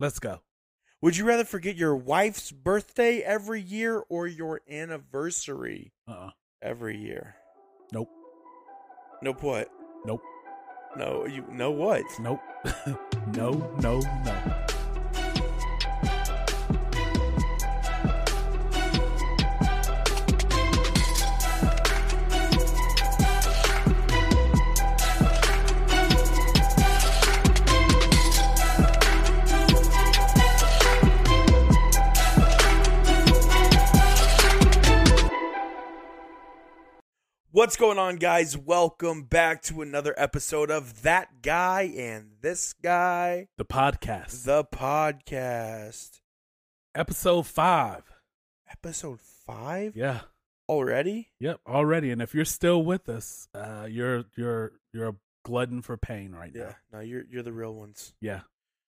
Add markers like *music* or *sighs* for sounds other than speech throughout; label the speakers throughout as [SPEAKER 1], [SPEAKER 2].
[SPEAKER 1] Let's go.
[SPEAKER 2] Would you rather forget your wife's birthday every year or your anniversary
[SPEAKER 1] Uh-uh.
[SPEAKER 2] every year?
[SPEAKER 1] Nope.
[SPEAKER 2] Nope. What?
[SPEAKER 1] Nope.
[SPEAKER 2] No. You. No. What?
[SPEAKER 1] Nope. *laughs* no, no, no.
[SPEAKER 2] What's going on, guys? Welcome back to another episode of That Guy and This Guy,
[SPEAKER 1] The podcast.
[SPEAKER 2] the podcast.
[SPEAKER 1] Episode five.
[SPEAKER 2] Episode five
[SPEAKER 1] Yeah.
[SPEAKER 2] already.
[SPEAKER 1] Yep. Already. And if you're still with us, uh, you're you're you're a glutton for pain right
[SPEAKER 2] Yeah.
[SPEAKER 1] now.
[SPEAKER 2] No, you're you're the real ones.
[SPEAKER 1] Yeah.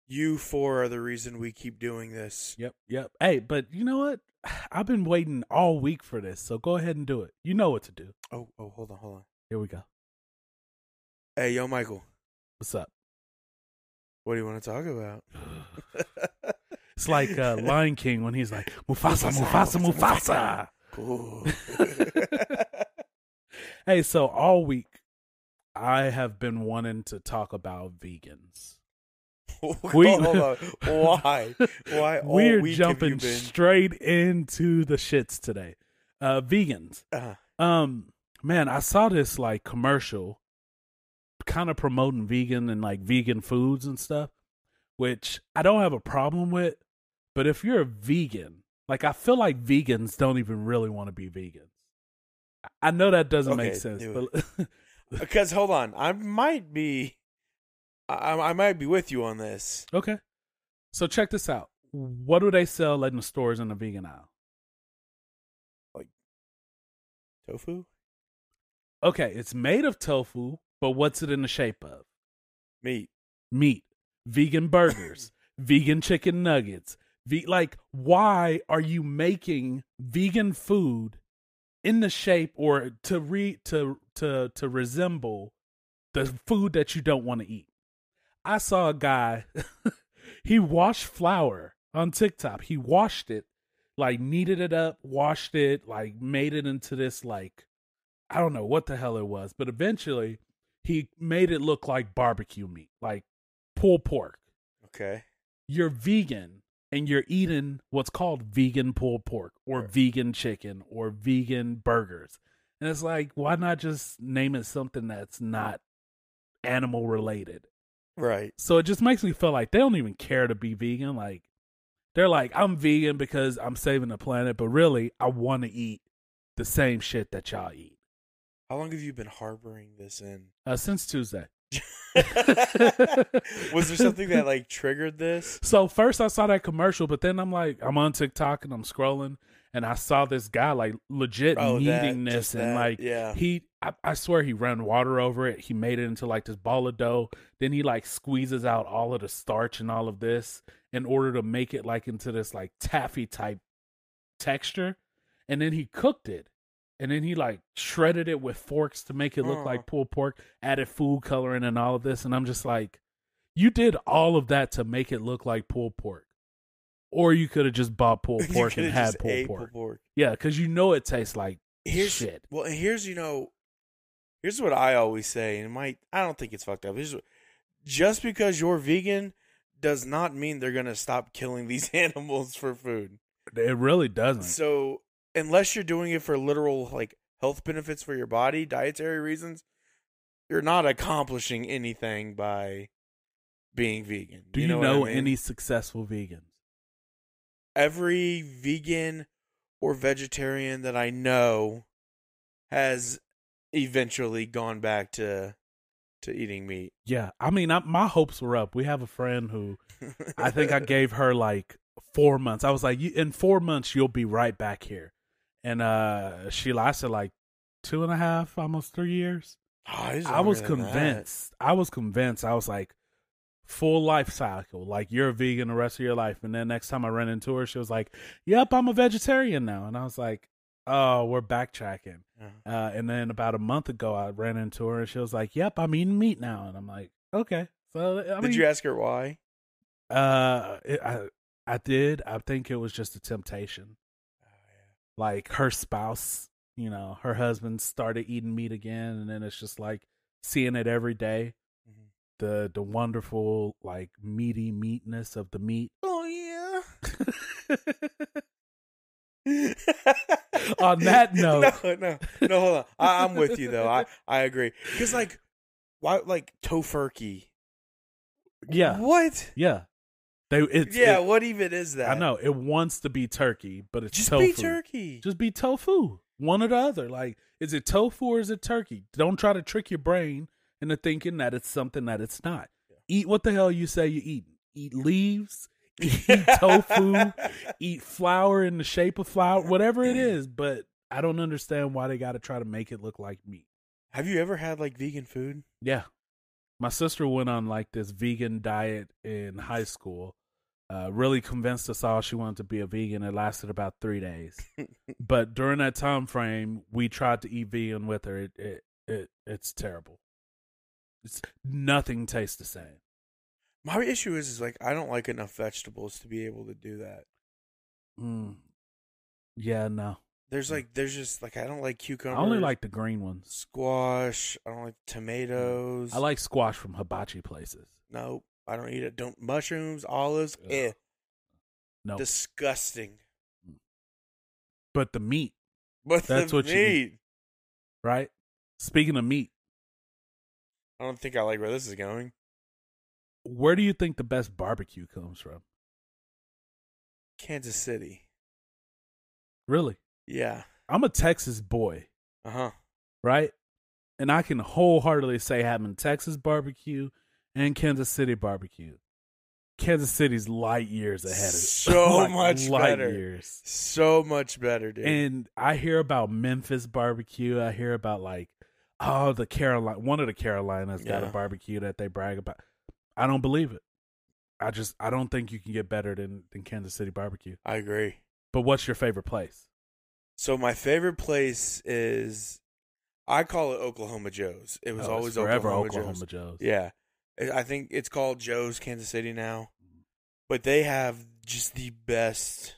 [SPEAKER 2] You four are the reason we keep doing this.
[SPEAKER 1] Yep. Yep. Hey, but you know what? *sighs* I've been waiting all week for this, so go ahead and do it. You know what to do.
[SPEAKER 2] Oh. Oh. Hold on. Hold on.
[SPEAKER 1] Here we go.
[SPEAKER 2] Hey, yo, Michael.
[SPEAKER 1] What's up?
[SPEAKER 2] What do you want to talk about?
[SPEAKER 1] It's like uh, Lion King when he's like Mufasa, Mufasa,
[SPEAKER 2] Mufasa,
[SPEAKER 1] Mufasa.
[SPEAKER 2] Mufasa." *laughs* Ooh.
[SPEAKER 1] Hey, so all week I have been wanting to talk about vegans. We-
[SPEAKER 2] Hold on. Why? *laughs* Why all
[SPEAKER 1] We're
[SPEAKER 2] week
[SPEAKER 1] jumping
[SPEAKER 2] have you been?
[SPEAKER 1] straight into the shits today. Uh vegans.
[SPEAKER 2] Uh,
[SPEAKER 1] Um man, I saw this like commercial kind of promoting vegan and like vegan foods and stuff, which I don't have a problem with, but if you're a vegan, like I feel like vegans don't even really want to be vegans. I- I know that doesn't make
[SPEAKER 2] Okay,
[SPEAKER 1] sense,
[SPEAKER 2] do
[SPEAKER 1] *laughs* but
[SPEAKER 2] because hold on, I might be, I, I might be with you on this.
[SPEAKER 1] Okay. So check this out. What do they sell in the stores in the vegan aisle?
[SPEAKER 2] Tofu,
[SPEAKER 1] Okay, it's made of tofu, but what's it in the shape of?
[SPEAKER 2] meat.
[SPEAKER 1] Meat, vegan burgers, vegan chicken nuggets. Ve- like, why are you making vegan food in the shape or to re to to to resemble the food that you don't want to eat? I saw a guy. *laughs* he washed flour on TikTok. He washed it, like kneaded it up, washed it, like made it into this like I don't know what the hell it was, but eventually he made it look like barbecue meat, like pulled pork.
[SPEAKER 2] Okay.
[SPEAKER 1] You're vegan and you're eating what's called vegan pulled pork or
[SPEAKER 2] Right.
[SPEAKER 1] vegan chicken or vegan burgers. And it's like, why not just name it something that's not animal related?
[SPEAKER 2] Right.
[SPEAKER 1] So it just makes me feel like they don't even care to be vegan. Like they're like, I'm vegan because I'm saving the planet, but really I want to eat the same shit that y'all eat
[SPEAKER 2] How long have you been harboring this in?
[SPEAKER 1] uh, since Tuesday.
[SPEAKER 2] *laughs* Was there something that like
[SPEAKER 1] *laughs*
[SPEAKER 2] triggered this?
[SPEAKER 1] So first I saw that commercial, but then I'm like, I'm on TikTok and I'm scrolling, and I saw this guy like legit
[SPEAKER 2] Oh, that,
[SPEAKER 1] kneading
[SPEAKER 2] just
[SPEAKER 1] this, and
[SPEAKER 2] that,
[SPEAKER 1] like
[SPEAKER 2] yeah.
[SPEAKER 1] he, I, I swear he ran water over it. He made it into like this ball of dough. Then he like squeezes out all of the starch and all of this in order to make it like into this like taffy type texture, and then he cooked it. And then he like shredded it with forks to make it look
[SPEAKER 2] Oh.
[SPEAKER 1] like pulled pork, added food coloring and all of this. And I'm just like, you did all of that to make it look like pulled pork. Or you could have just bought pulled
[SPEAKER 2] *laughs* You
[SPEAKER 1] pork
[SPEAKER 2] could've
[SPEAKER 1] and had
[SPEAKER 2] just
[SPEAKER 1] pulled
[SPEAKER 2] ate
[SPEAKER 1] pork.
[SPEAKER 2] pulled pork.
[SPEAKER 1] Yeah, because you know it tastes like
[SPEAKER 2] here's
[SPEAKER 1] Shit.
[SPEAKER 2] well and here's you know here's what i always say and it might i don't think it's fucked up Here's what- just because you're vegan does not mean they're gonna stop killing these *laughs* animals for food
[SPEAKER 1] it really doesn't.
[SPEAKER 2] so unless you're doing it for literal like health benefits for your body dietary reasons you're not accomplishing anything by being vegan
[SPEAKER 1] Do you,
[SPEAKER 2] know,
[SPEAKER 1] know,
[SPEAKER 2] what I mean?
[SPEAKER 1] any successful vegans?
[SPEAKER 2] every vegan or vegetarian that I know has eventually gone back to to eating meat.
[SPEAKER 1] Yeah, I mean, I, my hopes were up. We have a friend who I think
[SPEAKER 2] *laughs*
[SPEAKER 1] I gave her like four months. I was like, you, in four months, you'll be right back here. And uh, she lasted like two and a half, almost three years.
[SPEAKER 2] Oh, it's
[SPEAKER 1] I was
[SPEAKER 2] longer than that.
[SPEAKER 1] convinced. I was convinced. I was like, full life cycle. Like you're a vegan the rest of your life. And then next time I ran into her, she was like, "Yep, I'm a vegetarian now." And I was like, "Oh, we're backtracking."
[SPEAKER 2] Yeah.
[SPEAKER 1] Uh, and then about a month ago, I ran into her, and she was like, "Yep, I'm eating meat now." And I'm like, "Okay." So I mean,
[SPEAKER 2] Did you ask her why?
[SPEAKER 1] Uh, it, I I did. I think it was just a temptation.
[SPEAKER 2] Oh,
[SPEAKER 1] Like her spouse, you know, her husband started eating meat again, and then it's just like seeing it every day.
[SPEAKER 2] Mhm.
[SPEAKER 1] Mm-hmm. The the wonderful like meaty meatness of the
[SPEAKER 2] *laughs*
[SPEAKER 1] meat.
[SPEAKER 2] Oh yeah.
[SPEAKER 1] *laughs* On that note-
[SPEAKER 2] *laughs* no, no, no, hold on. I, I'm with you
[SPEAKER 1] *laughs*
[SPEAKER 2] though. I, I agree. Cause like, why like tofurkey?
[SPEAKER 1] Yeah,
[SPEAKER 2] What?
[SPEAKER 1] yeah. They it's
[SPEAKER 2] yeah.
[SPEAKER 1] it-
[SPEAKER 2] what even is that?
[SPEAKER 1] I know it wants to be turkey, but it's
[SPEAKER 2] Just
[SPEAKER 1] tofu.
[SPEAKER 2] be turkey.
[SPEAKER 1] Just be tofu. One or the other. Like, is it tofu or is it turkey? Don't try to trick your brain into thinking that it's something that it's not. Eat what the hell you say you eat. Eat leaves, eat
[SPEAKER 2] *laughs*
[SPEAKER 1] tofu, eat flour in the shape of flour, whatever it is. But I don't understand why they got to try to make it look like meat.
[SPEAKER 2] Have you ever had like vegan food?
[SPEAKER 1] Yeah. My sister went on like this vegan diet in high school. Uh, really convinced us all she wanted to be a vegan. It lasted about three days, but during that time frame, we tried to eat vegan with her. It it, it it's terrible. It's nothing tastes the same.
[SPEAKER 2] My issue is, is like I don't like enough vegetables to be able to do that.
[SPEAKER 1] Mm. Yeah, no.
[SPEAKER 2] There's like there's just like I don't like cucumbers.
[SPEAKER 1] Mm. I only like the green ones.
[SPEAKER 2] squash. I don't like tomatoes.
[SPEAKER 1] I like squash from hibachi places.
[SPEAKER 2] nope. I don't eat it. Don't mushrooms, olives.
[SPEAKER 1] Ugh.
[SPEAKER 2] Eh,
[SPEAKER 1] No,
[SPEAKER 2] disgusting. *laughs*
[SPEAKER 1] but the meat,
[SPEAKER 2] But
[SPEAKER 1] That's
[SPEAKER 2] the
[SPEAKER 1] what you
[SPEAKER 2] meat.
[SPEAKER 1] eat. right? Speaking of meat,
[SPEAKER 2] I don't think I like where this is going.
[SPEAKER 1] where do you think the best barbecue comes from?
[SPEAKER 2] Kansas City.
[SPEAKER 1] Really?
[SPEAKER 2] Yeah.
[SPEAKER 1] I'm a Texas boy,
[SPEAKER 2] Uh huh.
[SPEAKER 1] right? And I can wholeheartedly say having Texas barbecue and Kansas City barbecue. Kansas City's light years ahead of *laughs*
[SPEAKER 2] So much
[SPEAKER 1] light
[SPEAKER 2] better.
[SPEAKER 1] years.
[SPEAKER 2] So much better, dude.
[SPEAKER 1] And I hear about Memphis barbecue. I hear about like oh the Carolina one of the Carolinas got
[SPEAKER 2] Yeah.
[SPEAKER 1] a barbecue that they brag about. I don't believe it. I just I don't think you can get better than than Kansas City barbecue.
[SPEAKER 2] I agree.
[SPEAKER 1] But what's your favorite place?
[SPEAKER 2] So my favorite place is, I call it Oklahoma Joe's. It was
[SPEAKER 1] Oh,
[SPEAKER 2] always
[SPEAKER 1] it's forever
[SPEAKER 2] Oklahoma, Joe's.
[SPEAKER 1] Oklahoma Joe's.
[SPEAKER 2] Yeah. I I think it's called Joe's Kansas City now.
[SPEAKER 1] Mm.
[SPEAKER 2] But they have just the best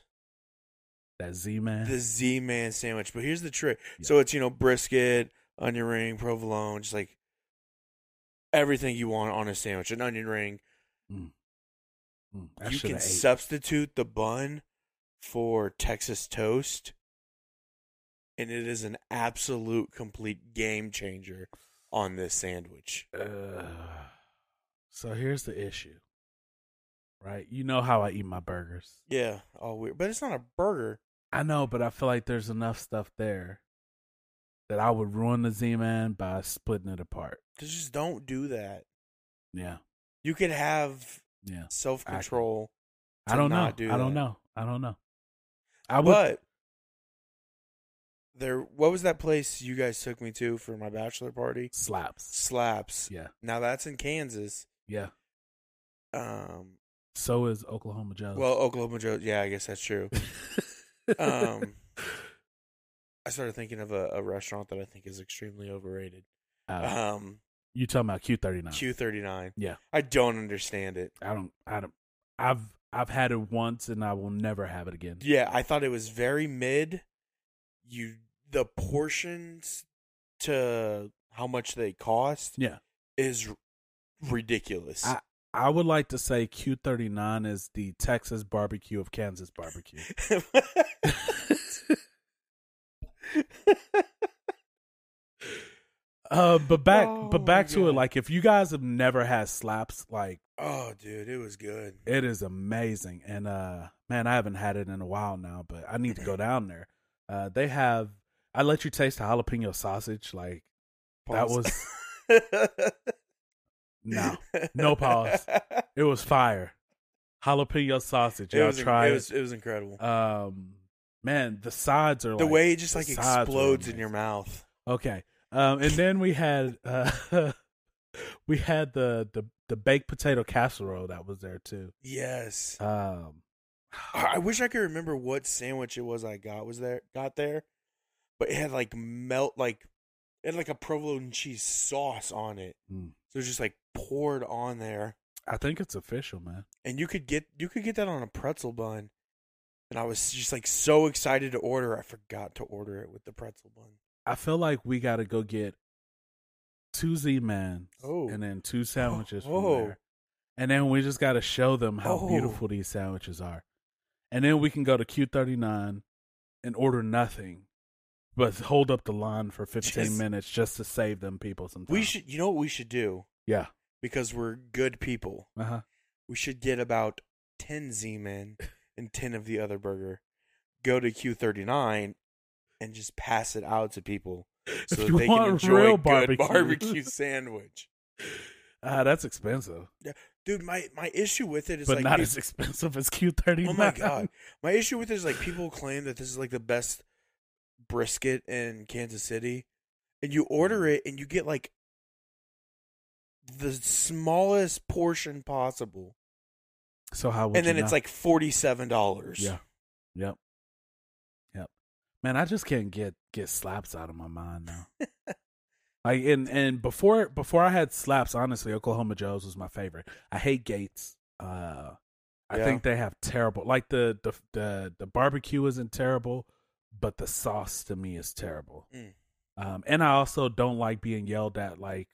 [SPEAKER 1] That Z man.
[SPEAKER 2] the Z Man sandwich. But here's the trick.
[SPEAKER 1] Yeah.
[SPEAKER 2] So it's, you know, brisket, onion ring, provolone, just like everything you want on a sandwich. An onion ring.
[SPEAKER 1] Mm, I
[SPEAKER 2] you
[SPEAKER 1] shoulda
[SPEAKER 2] can
[SPEAKER 1] ate.
[SPEAKER 2] substitute the bun for Texas toast. And it is an absolute complete game changer on this sandwich.
[SPEAKER 1] Uh, so here's the issue, right? You know how I eat my burgers.
[SPEAKER 2] Yeah, all weird. But it's not a burger.
[SPEAKER 1] I know, but I feel like there's enough stuff there that I would ruin the Z Man by splitting it apart.
[SPEAKER 2] Just don't do that.
[SPEAKER 1] Yeah,
[SPEAKER 2] You could have
[SPEAKER 1] yeah.
[SPEAKER 2] self control.
[SPEAKER 1] I don't know.
[SPEAKER 2] not do
[SPEAKER 1] I don't
[SPEAKER 2] that.
[SPEAKER 1] know. I don't know. I would.
[SPEAKER 2] But there, what was that place you guys took me to for my bachelor party?
[SPEAKER 1] slaps.
[SPEAKER 2] Slaps.
[SPEAKER 1] Yeah,
[SPEAKER 2] Now that's in Kansas.
[SPEAKER 1] yeah.
[SPEAKER 2] Um,
[SPEAKER 1] So is Oklahoma Joe's. *laughs*
[SPEAKER 2] well, Oklahoma Joe. Yeah, I guess that's true.
[SPEAKER 1] *laughs*
[SPEAKER 2] Um, I started thinking of a, a restaurant that I think is extremely overrated.
[SPEAKER 1] Uh,
[SPEAKER 2] Um,
[SPEAKER 1] you talking about Q thirty nine?
[SPEAKER 2] Q thirty nine.
[SPEAKER 1] Yeah.
[SPEAKER 2] I don't understand it.
[SPEAKER 1] I don't. I don't. I've I've had it once, and I will never have it again.
[SPEAKER 2] Yeah, I thought it was very mid. You the portions to how much they cost
[SPEAKER 1] Yeah.
[SPEAKER 2] is r- ridiculous.
[SPEAKER 1] I would like to say Q39 is the Texas barbecue of Kansas
[SPEAKER 2] *laughs*
[SPEAKER 1] barbecue.
[SPEAKER 2] Oh,
[SPEAKER 1] uh, but back,
[SPEAKER 2] Oh,
[SPEAKER 1] but back to
[SPEAKER 2] yeah.
[SPEAKER 1] it. Like, if you guys have never had slaps, like
[SPEAKER 2] *laughs* oh, dude, it was good.
[SPEAKER 1] it is amazing. And uh, man, I haven't had it in a while now, but I need to go down there. Uh, they have. I let you taste the jalapeno sausage. Like that
[SPEAKER 2] Pause.
[SPEAKER 1] was
[SPEAKER 2] *laughs*
[SPEAKER 1] no, no pause. it was fire. Jalapeno sausage.
[SPEAKER 2] It
[SPEAKER 1] Y'all
[SPEAKER 2] was,
[SPEAKER 1] try
[SPEAKER 2] it
[SPEAKER 1] it.
[SPEAKER 2] was it was incredible.
[SPEAKER 1] um, man, the sides are
[SPEAKER 2] the
[SPEAKER 1] like,
[SPEAKER 2] way it just
[SPEAKER 1] the
[SPEAKER 2] like
[SPEAKER 1] sides were
[SPEAKER 2] explodes in your
[SPEAKER 1] amazing.
[SPEAKER 2] mouth.
[SPEAKER 1] Okay. Um, and then we had uh, *laughs* we had the, the the baked potato casserole that was there too.
[SPEAKER 2] Yes.
[SPEAKER 1] Um,
[SPEAKER 2] I I wish I could remember what sandwich it was I got was there got there, but it had like melt like it had like a provolone cheese sauce on it,
[SPEAKER 1] Mm.
[SPEAKER 2] so it was just like poured on there.
[SPEAKER 1] I think it's official, man.
[SPEAKER 2] and you could get you could get that on a pretzel bun. And I was just like so excited to order, I forgot to order it with the pretzel bun.
[SPEAKER 1] I feel like we got to go get two Z man
[SPEAKER 2] Oh.
[SPEAKER 1] and then two sandwiches from
[SPEAKER 2] Oh.
[SPEAKER 1] there. And then we just got to show them how
[SPEAKER 2] Oh.
[SPEAKER 1] beautiful these sandwiches are. And then we can go to Q39 and order nothing, but hold up the line for 15
[SPEAKER 2] Just-
[SPEAKER 1] minutes just to save them people some time.
[SPEAKER 2] We should, you know, what we should do
[SPEAKER 1] Yeah.
[SPEAKER 2] because we're good people.
[SPEAKER 1] Uh huh.
[SPEAKER 2] We should get about ten Z-Men and ten of the other burger. Go to Q thirty nine and just pass it out
[SPEAKER 1] *laughs*
[SPEAKER 2] to people so
[SPEAKER 1] If
[SPEAKER 2] that
[SPEAKER 1] you
[SPEAKER 2] they can
[SPEAKER 1] want
[SPEAKER 2] enjoy
[SPEAKER 1] real
[SPEAKER 2] a good
[SPEAKER 1] barbecue.
[SPEAKER 2] barbecue sandwich.
[SPEAKER 1] Ah, that's expensive,
[SPEAKER 2] Dude, my my issue with it is
[SPEAKER 1] but
[SPEAKER 2] like
[SPEAKER 1] not
[SPEAKER 2] peop-
[SPEAKER 1] as *laughs* expensive as Q39.
[SPEAKER 2] Oh my god. My issue with this is like people claim that this is like the best brisket in Kansas City. And you order
[SPEAKER 1] Mm.
[SPEAKER 2] it and you get like the smallest portion possible.
[SPEAKER 1] So how would
[SPEAKER 2] and then
[SPEAKER 1] you
[SPEAKER 2] it's
[SPEAKER 1] know?
[SPEAKER 2] like forty seven dollars.
[SPEAKER 1] Yeah. Yep. Yep. Man, I just can't get get slaps out of my mind
[SPEAKER 2] *laughs*
[SPEAKER 1] now. like and and before before I had slaps, honestly, Oklahoma Joe's was my favorite. I hate Gates. Uh I
[SPEAKER 2] Yeah.
[SPEAKER 1] think they have terrible like the the the the barbecue isn't terrible, but the sauce to me is terrible.
[SPEAKER 2] Mm.
[SPEAKER 1] Um and I also don't like being yelled at like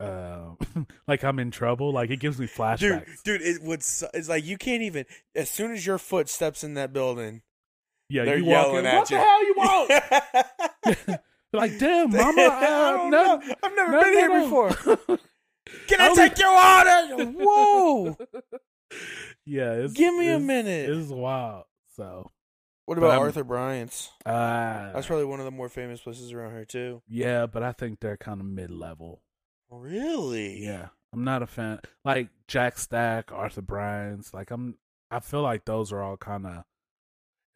[SPEAKER 1] uh *laughs* like I'm in trouble. Like it gives me flashbacks.
[SPEAKER 2] Dude, dude, it would su- it's like you can't even as soon as your foot steps in
[SPEAKER 1] *laughs*
[SPEAKER 2] that building.
[SPEAKER 1] yeah,
[SPEAKER 2] they're
[SPEAKER 1] you walk
[SPEAKER 2] yelling
[SPEAKER 1] in,
[SPEAKER 2] at
[SPEAKER 1] what
[SPEAKER 2] you."
[SPEAKER 1] the hell
[SPEAKER 2] *laughs*
[SPEAKER 1] you want?
[SPEAKER 2] I
[SPEAKER 1] like, damn, *laughs* mama, uh,
[SPEAKER 2] don't
[SPEAKER 1] no,
[SPEAKER 2] know. I've never
[SPEAKER 1] no,
[SPEAKER 2] been
[SPEAKER 1] no,
[SPEAKER 2] here
[SPEAKER 1] no.
[SPEAKER 2] before. *laughs* Can I
[SPEAKER 1] Only-
[SPEAKER 2] take your
[SPEAKER 1] *laughs*
[SPEAKER 2] order? Whoa.
[SPEAKER 1] yeah, it's,
[SPEAKER 2] Give me a
[SPEAKER 1] it's-
[SPEAKER 2] minute.
[SPEAKER 1] It's wild. So,
[SPEAKER 2] What
[SPEAKER 1] But
[SPEAKER 2] about
[SPEAKER 1] I'm-
[SPEAKER 2] Arthur Bryant's?
[SPEAKER 1] uh,
[SPEAKER 2] That's probably one of the more famous places around here too.
[SPEAKER 1] yeah, but I think they're kind of mid level.
[SPEAKER 2] Really?
[SPEAKER 1] Yeah, I'm not a fan. Like Jack Stack, Arthur Bryan's. Like I'm, I feel like those are all kind of.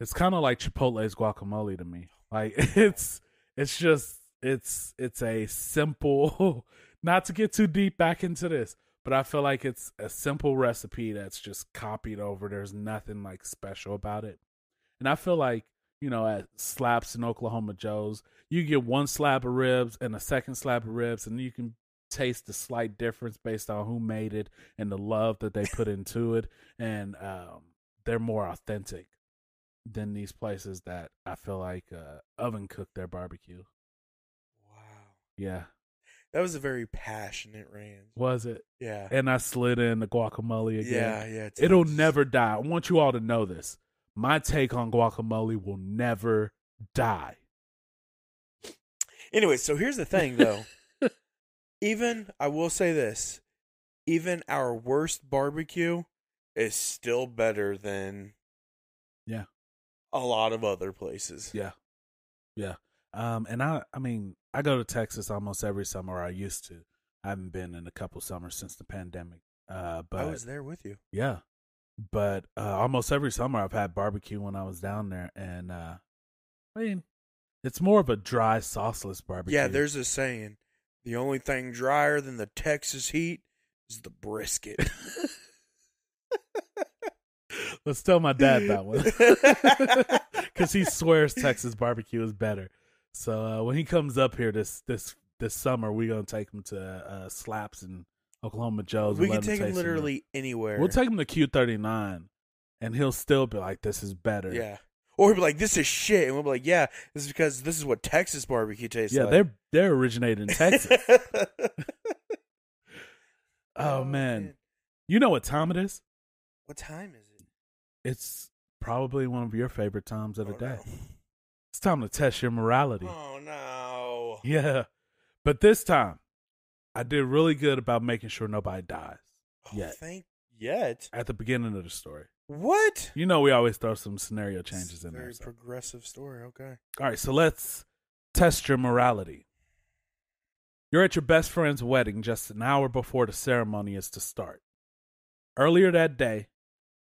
[SPEAKER 1] It's kind of like Chipotle's guacamole to me. Like *laughs* it's, it's just, it's, it's a simple. *laughs* Not to get too deep back into this, but I feel like it's a simple recipe that's just copied over. There's nothing like special about it, and I feel like you know at slaps in Oklahoma Joe's, you get one slab of ribs and a second slab of ribs, and you can taste the slight difference based on who made it and the love that they put into it and um they're more authentic than these places that I feel like uh oven cook their barbecue.
[SPEAKER 2] Wow.
[SPEAKER 1] Yeah.
[SPEAKER 2] That was a very passionate rant.
[SPEAKER 1] Was it?
[SPEAKER 2] Yeah.
[SPEAKER 1] And I slid in the guacamole again.
[SPEAKER 2] Yeah, yeah. it's-
[SPEAKER 1] It'll
[SPEAKER 2] it's-
[SPEAKER 1] never die. I want you all to know this. My take on guacamole will never die.
[SPEAKER 2] Anyway, so here's the
[SPEAKER 1] *laughs*
[SPEAKER 2] thing though. even I will say this. Even our worst barbecue is still better than
[SPEAKER 1] Yeah.
[SPEAKER 2] A lot of other places.
[SPEAKER 1] Yeah. Yeah. Um and I I mean, I go to Texas almost every summer or I used to. I haven't been in a couple summers since the pandemic. Uh but
[SPEAKER 2] I was there with you.
[SPEAKER 1] Yeah. But uh, almost every summer I've had barbecue when I was down there and uh I mean it's more of a dry sauceless barbecue.
[SPEAKER 2] Yeah, there's a saying. The only thing drier than the Texas heat is the brisket.
[SPEAKER 1] *laughs* Let's tell my dad that
[SPEAKER 2] *laughs*
[SPEAKER 1] one. Cuz he swears Texas barbecue is better. So uh, when he comes up here this this this summer we're going to take him to uh, Slaps and Oklahoma Joe's.
[SPEAKER 2] we
[SPEAKER 1] and
[SPEAKER 2] can
[SPEAKER 1] let
[SPEAKER 2] take him
[SPEAKER 1] taste some of-
[SPEAKER 2] literally anywhere.
[SPEAKER 1] We'll take him to Q39 and he'll still be like this is better.
[SPEAKER 2] Yeah. Or he'll be like, this is shit. And we'll be like, yeah, this is because this is what Texas barbecue tastes
[SPEAKER 1] yeah,
[SPEAKER 2] like.
[SPEAKER 1] they're they're originated
[SPEAKER 2] *laughs*
[SPEAKER 1] in Texas. oh man. You know what time it is?
[SPEAKER 2] What time is it?
[SPEAKER 1] It's probably one of your favorite times of the
[SPEAKER 2] Oh,
[SPEAKER 1] day.
[SPEAKER 2] no.
[SPEAKER 1] It's time to test your morality.
[SPEAKER 2] Oh, no.
[SPEAKER 1] Yeah. But this time, I did really good about making sure nobody dies
[SPEAKER 2] Oh,
[SPEAKER 1] Yet.
[SPEAKER 2] Thank yet.
[SPEAKER 1] at the beginning of the story.
[SPEAKER 2] What?
[SPEAKER 1] You know, we always throw some scenario changes
[SPEAKER 2] This
[SPEAKER 1] in there.
[SPEAKER 2] Very
[SPEAKER 1] so-
[SPEAKER 2] progressive story. Okay.
[SPEAKER 1] All right, so let's test your morality. You're at your best friend's wedding just an hour before the ceremony is to start. Earlier that day,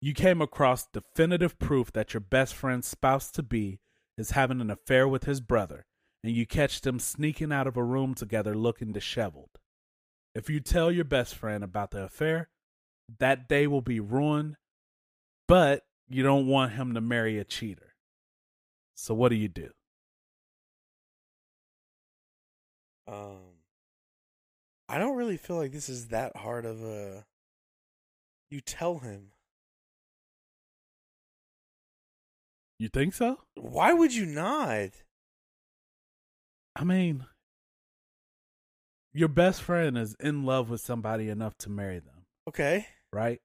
[SPEAKER 1] you came across definitive proof that your best friend's spouse to be is having an affair with his brother, and you catch them sneaking out of a room together looking disheveled. If you tell your best friend about the affair, that day will be ruined, but you don't want him to marry a cheater. So, what do you do?
[SPEAKER 2] Um, I don't really feel like this is that hard of a You tell him.
[SPEAKER 1] You think so?
[SPEAKER 2] Why would you not?
[SPEAKER 1] I mean, your best friend is in love with somebody enough to marry them,
[SPEAKER 2] Okay.
[SPEAKER 1] right?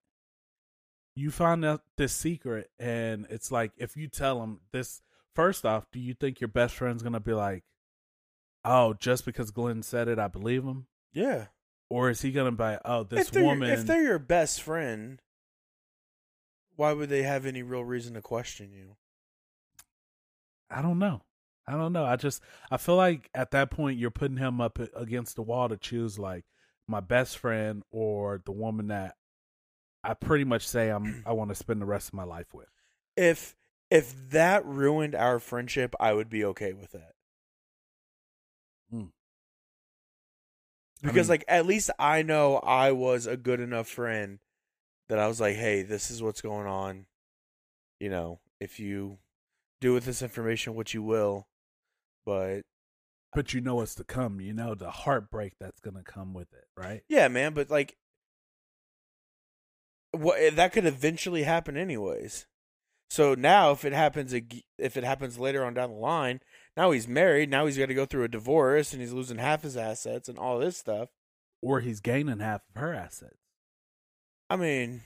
[SPEAKER 1] You find out this secret, and it's like if you tell them this, first off, do you think your best friend's gonna be like, "Oh, just because Glenn said it, I believe him,"
[SPEAKER 2] Yeah.
[SPEAKER 1] or is he gonna be, like, "Oh, this
[SPEAKER 2] if they're your-
[SPEAKER 1] woman"?
[SPEAKER 2] if they're your best friend, why would they have any real reason to question you?
[SPEAKER 1] I don't know. I don't know. I just I feel like at that point you're putting him up against the wall to choose like my best friend or the woman that I pretty much say
[SPEAKER 2] *clears throat*
[SPEAKER 1] I'm I want to spend the rest of my life with.
[SPEAKER 2] If if that ruined our friendship, I would be okay with that.
[SPEAKER 1] Mm. I
[SPEAKER 2] Because
[SPEAKER 1] mean-
[SPEAKER 2] like at least I know I was a good enough friend that I was like, "Hey, this is what's going on." You know, if you do with this information what you will, but
[SPEAKER 1] But you know what's to come. You know the heartbreak that's gonna come with it, right?
[SPEAKER 2] Yeah, man, but like, what eh, that could eventually happen anyways. So now, if it happens, ag- if it happens later on down the line, now he's married. Now he's got to go through a divorce, and he's losing half his assets and all this stuff.
[SPEAKER 1] Or he's gaining half of her assets.
[SPEAKER 2] I mean,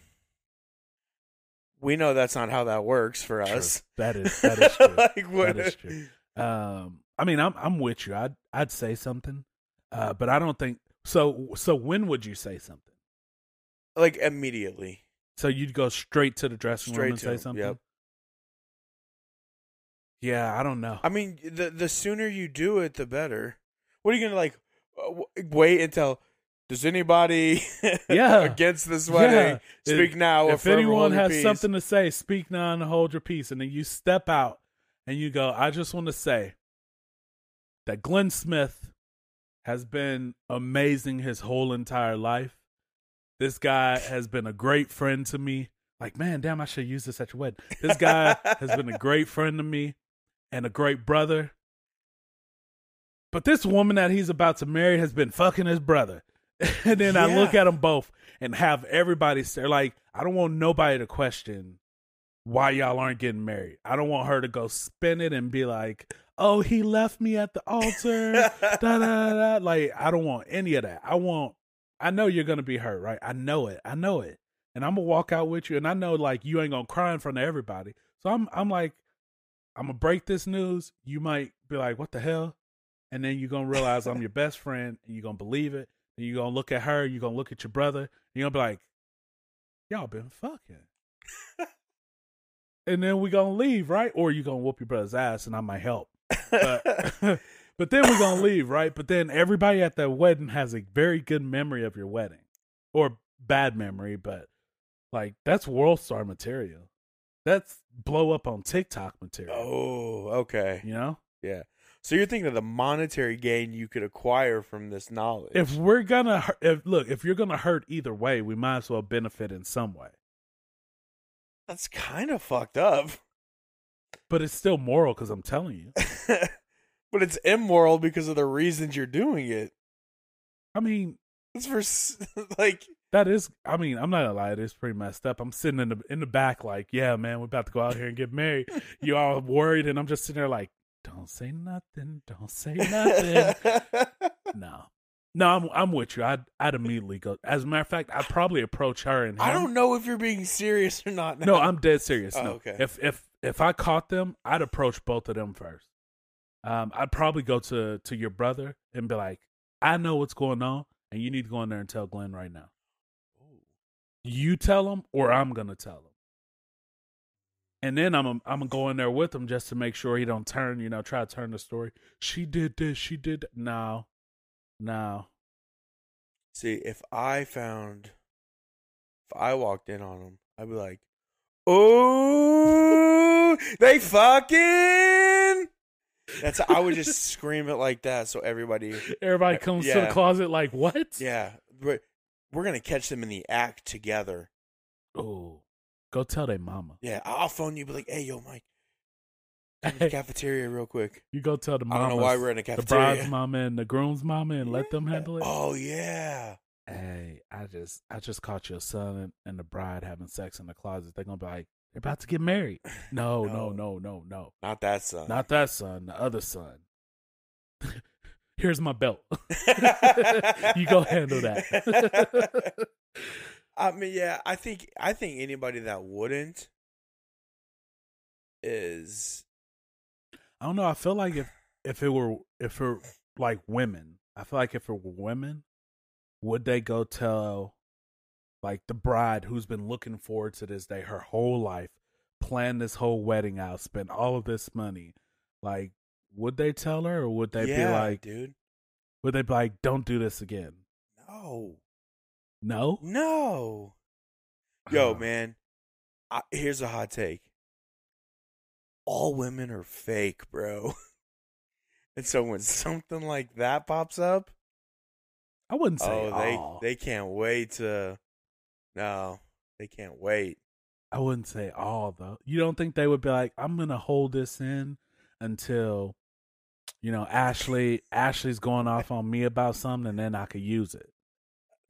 [SPEAKER 2] we know that's not how that works for
[SPEAKER 1] True.
[SPEAKER 2] us.
[SPEAKER 1] That is that
[SPEAKER 2] *laughs*
[SPEAKER 1] is true.
[SPEAKER 2] like, what?
[SPEAKER 1] That is true. um i mean i'm i'm with you i'd i'd say something uh but i don't think so so when would you say something
[SPEAKER 2] Like immediately.
[SPEAKER 1] so you'd go straight to the dressing
[SPEAKER 2] Straight
[SPEAKER 1] room and
[SPEAKER 2] to
[SPEAKER 1] say
[SPEAKER 2] him,
[SPEAKER 1] something
[SPEAKER 2] yep.
[SPEAKER 1] yeah i don't know
[SPEAKER 2] I mean, the the sooner you do it, the better. What are you gonna like? uh, w- Wait until does anybody *laughs*
[SPEAKER 1] Yeah.
[SPEAKER 2] against this wedding
[SPEAKER 1] Yeah.
[SPEAKER 2] speak now? or
[SPEAKER 1] if
[SPEAKER 2] forever
[SPEAKER 1] anyone
[SPEAKER 2] hold your
[SPEAKER 1] has
[SPEAKER 2] peace?
[SPEAKER 1] something to say speak now and hold your peace and then you step out and you go i just want to say that glenn smith has been amazing his whole entire life this guy has been a great friend to me like man damn i should use this at your wedding this
[SPEAKER 2] *laughs*
[SPEAKER 1] guy has been a great friend to me and a great brother but this woman that he's about to marry has been fucking his brother *laughs* and then i look
[SPEAKER 2] Yeah.
[SPEAKER 1] at them both and have everybody stare like i don't want nobody to question why y'all aren't getting married i don't want her to go spin it and be like oh he left me at the
[SPEAKER 2] *laughs*
[SPEAKER 1] altar da, da, da, da. Like, I don't want any of that. I want, I know you're going to be hurt, right? I know it. I know it. And I'm going to walk out with you. And I know, like, you ain't going to cry in front of everybody. So I'm, I'm like, I'm going to break this news. You might be like, what the hell? And then you're going to realize I'm your best friend and you're going to believe it. And you're going to look at her. You're going to look at your brother. And you're going to be like, y'all been fucking. and then we going to leave, right? Or you going to whoop your brother's ass and I might help but, *laughs* but then we're gonna leave, right? But then everybody at that wedding has a very good memory of your wedding, or bad memory, but like that's world star material. That's blow up on TikTok material.
[SPEAKER 2] oh, okay.
[SPEAKER 1] You know,
[SPEAKER 2] Yeah. So you're thinking of the monetary gain you could acquire from this knowledge?
[SPEAKER 1] if we're gonna hu- if look, if you're gonna hurt either way, we might as well benefit in some way.
[SPEAKER 2] That's kind of fucked up. *laughs*
[SPEAKER 1] But it's still moral because I'm telling you.
[SPEAKER 2] but it's immoral because of the reasons you're doing it.
[SPEAKER 1] I mean,
[SPEAKER 2] It's for s- *laughs* like
[SPEAKER 1] that is. I mean, I'm not gonna lie. It is pretty messed up. I'm sitting in the in the back, like, yeah, man, we're about to go out here and get
[SPEAKER 2] *laughs*
[SPEAKER 1] married. you all worried, and I'm just sitting there like, don't say nothing, don't say nothing. no, no, I'm I'm with you. I'd I'd immediately go. As a matter of fact, I'd probably approach her and him.
[SPEAKER 2] *laughs* I don't know if you're being serious or not. Now.
[SPEAKER 1] No, I'm dead serious.
[SPEAKER 2] Oh,
[SPEAKER 1] no,
[SPEAKER 2] okay.
[SPEAKER 1] if if if I caught them, I'd approach both of them first. Um, I'd probably go to to your brother and be like, I know what's going on, and you need to go in there and tell Glenn right now. You tell him, or I'm gonna tell him. And then I'm I'm gonna go in there with him just to make sure he don't turn, you know, try to turn the story. She did this, she did that. no, no.
[SPEAKER 2] See, if I found, if I walked in on them, I'd be like, "Ooh, they fucking." That's I
[SPEAKER 1] *laughs*
[SPEAKER 2] would just scream it like that so everybody.
[SPEAKER 1] Everybody comes to the
[SPEAKER 2] Yeah.
[SPEAKER 1] closet like what?
[SPEAKER 2] Yeah, we're, we're gonna catch them in the act together.
[SPEAKER 1] Oh, go tell their mama.
[SPEAKER 2] Yeah, I'll phone you. Be like, "Hey, yo, Mike, come to the cafeteria real quick."
[SPEAKER 1] You go tell the
[SPEAKER 2] I
[SPEAKER 1] mama.
[SPEAKER 2] don't know why we're in a
[SPEAKER 1] the bride's
[SPEAKER 2] cafeteria.
[SPEAKER 1] mama and the groom's mama and let them handle it.
[SPEAKER 2] Oh yeah,
[SPEAKER 1] hey, I just I just caught your son and, and the bride having sex in the closet. They're gonna be like, they're about to get married.
[SPEAKER 2] *laughs*
[SPEAKER 1] No, no, no, no, no.
[SPEAKER 2] Not that son. *laughs*
[SPEAKER 1] Not *laughs* that son, the other son. *laughs* Here's my belt. *laughs*
[SPEAKER 2] *laughs*
[SPEAKER 1] you go handle
[SPEAKER 2] *laughs*
[SPEAKER 1] that. *laughs*
[SPEAKER 2] I mean, yeah, I think I think anybody that wouldn't is
[SPEAKER 1] I don't know. I feel like if if it were if it were like women, I feel like if it were women, would they go tell like the bride who's been looking forward to this day her whole life, plan this whole wedding out, spend all of this money, like would they tell her or would they
[SPEAKER 2] yeah,
[SPEAKER 1] be like
[SPEAKER 2] dude,
[SPEAKER 1] would they be like don't do this again?
[SPEAKER 2] no,
[SPEAKER 1] No?
[SPEAKER 2] no, yo,
[SPEAKER 1] Uh,
[SPEAKER 2] man. I, here's a hot take. All women are fake, bro. *laughs* And so when something like that pops up,
[SPEAKER 1] I wouldn't say
[SPEAKER 2] oh, they
[SPEAKER 1] all.
[SPEAKER 2] they can't wait to. No, they can't wait.
[SPEAKER 1] I wouldn't say all though. You don't think they would be like, I'm gonna hold this in until you know Ashley Ashley's going off on me about something and then I could use it.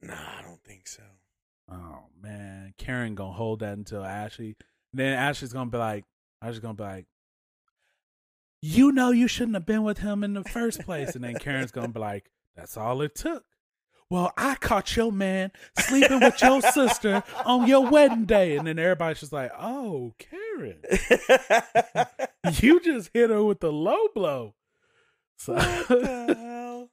[SPEAKER 2] Nah, I don't think so. *laughs*
[SPEAKER 1] Oh man, Karen gonna hold that until Ashley. Then Ashley's gonna be like, Ashley's gonna be like, you know you shouldn't have been with him in the first place. And then Karen's gonna be like, that's all it took. Well, I caught your man sleeping with your sister on your wedding day. And then everybody's just like, oh, Karen. *laughs* you just hit her with the low blow. So, *laughs*
[SPEAKER 2] what the hell?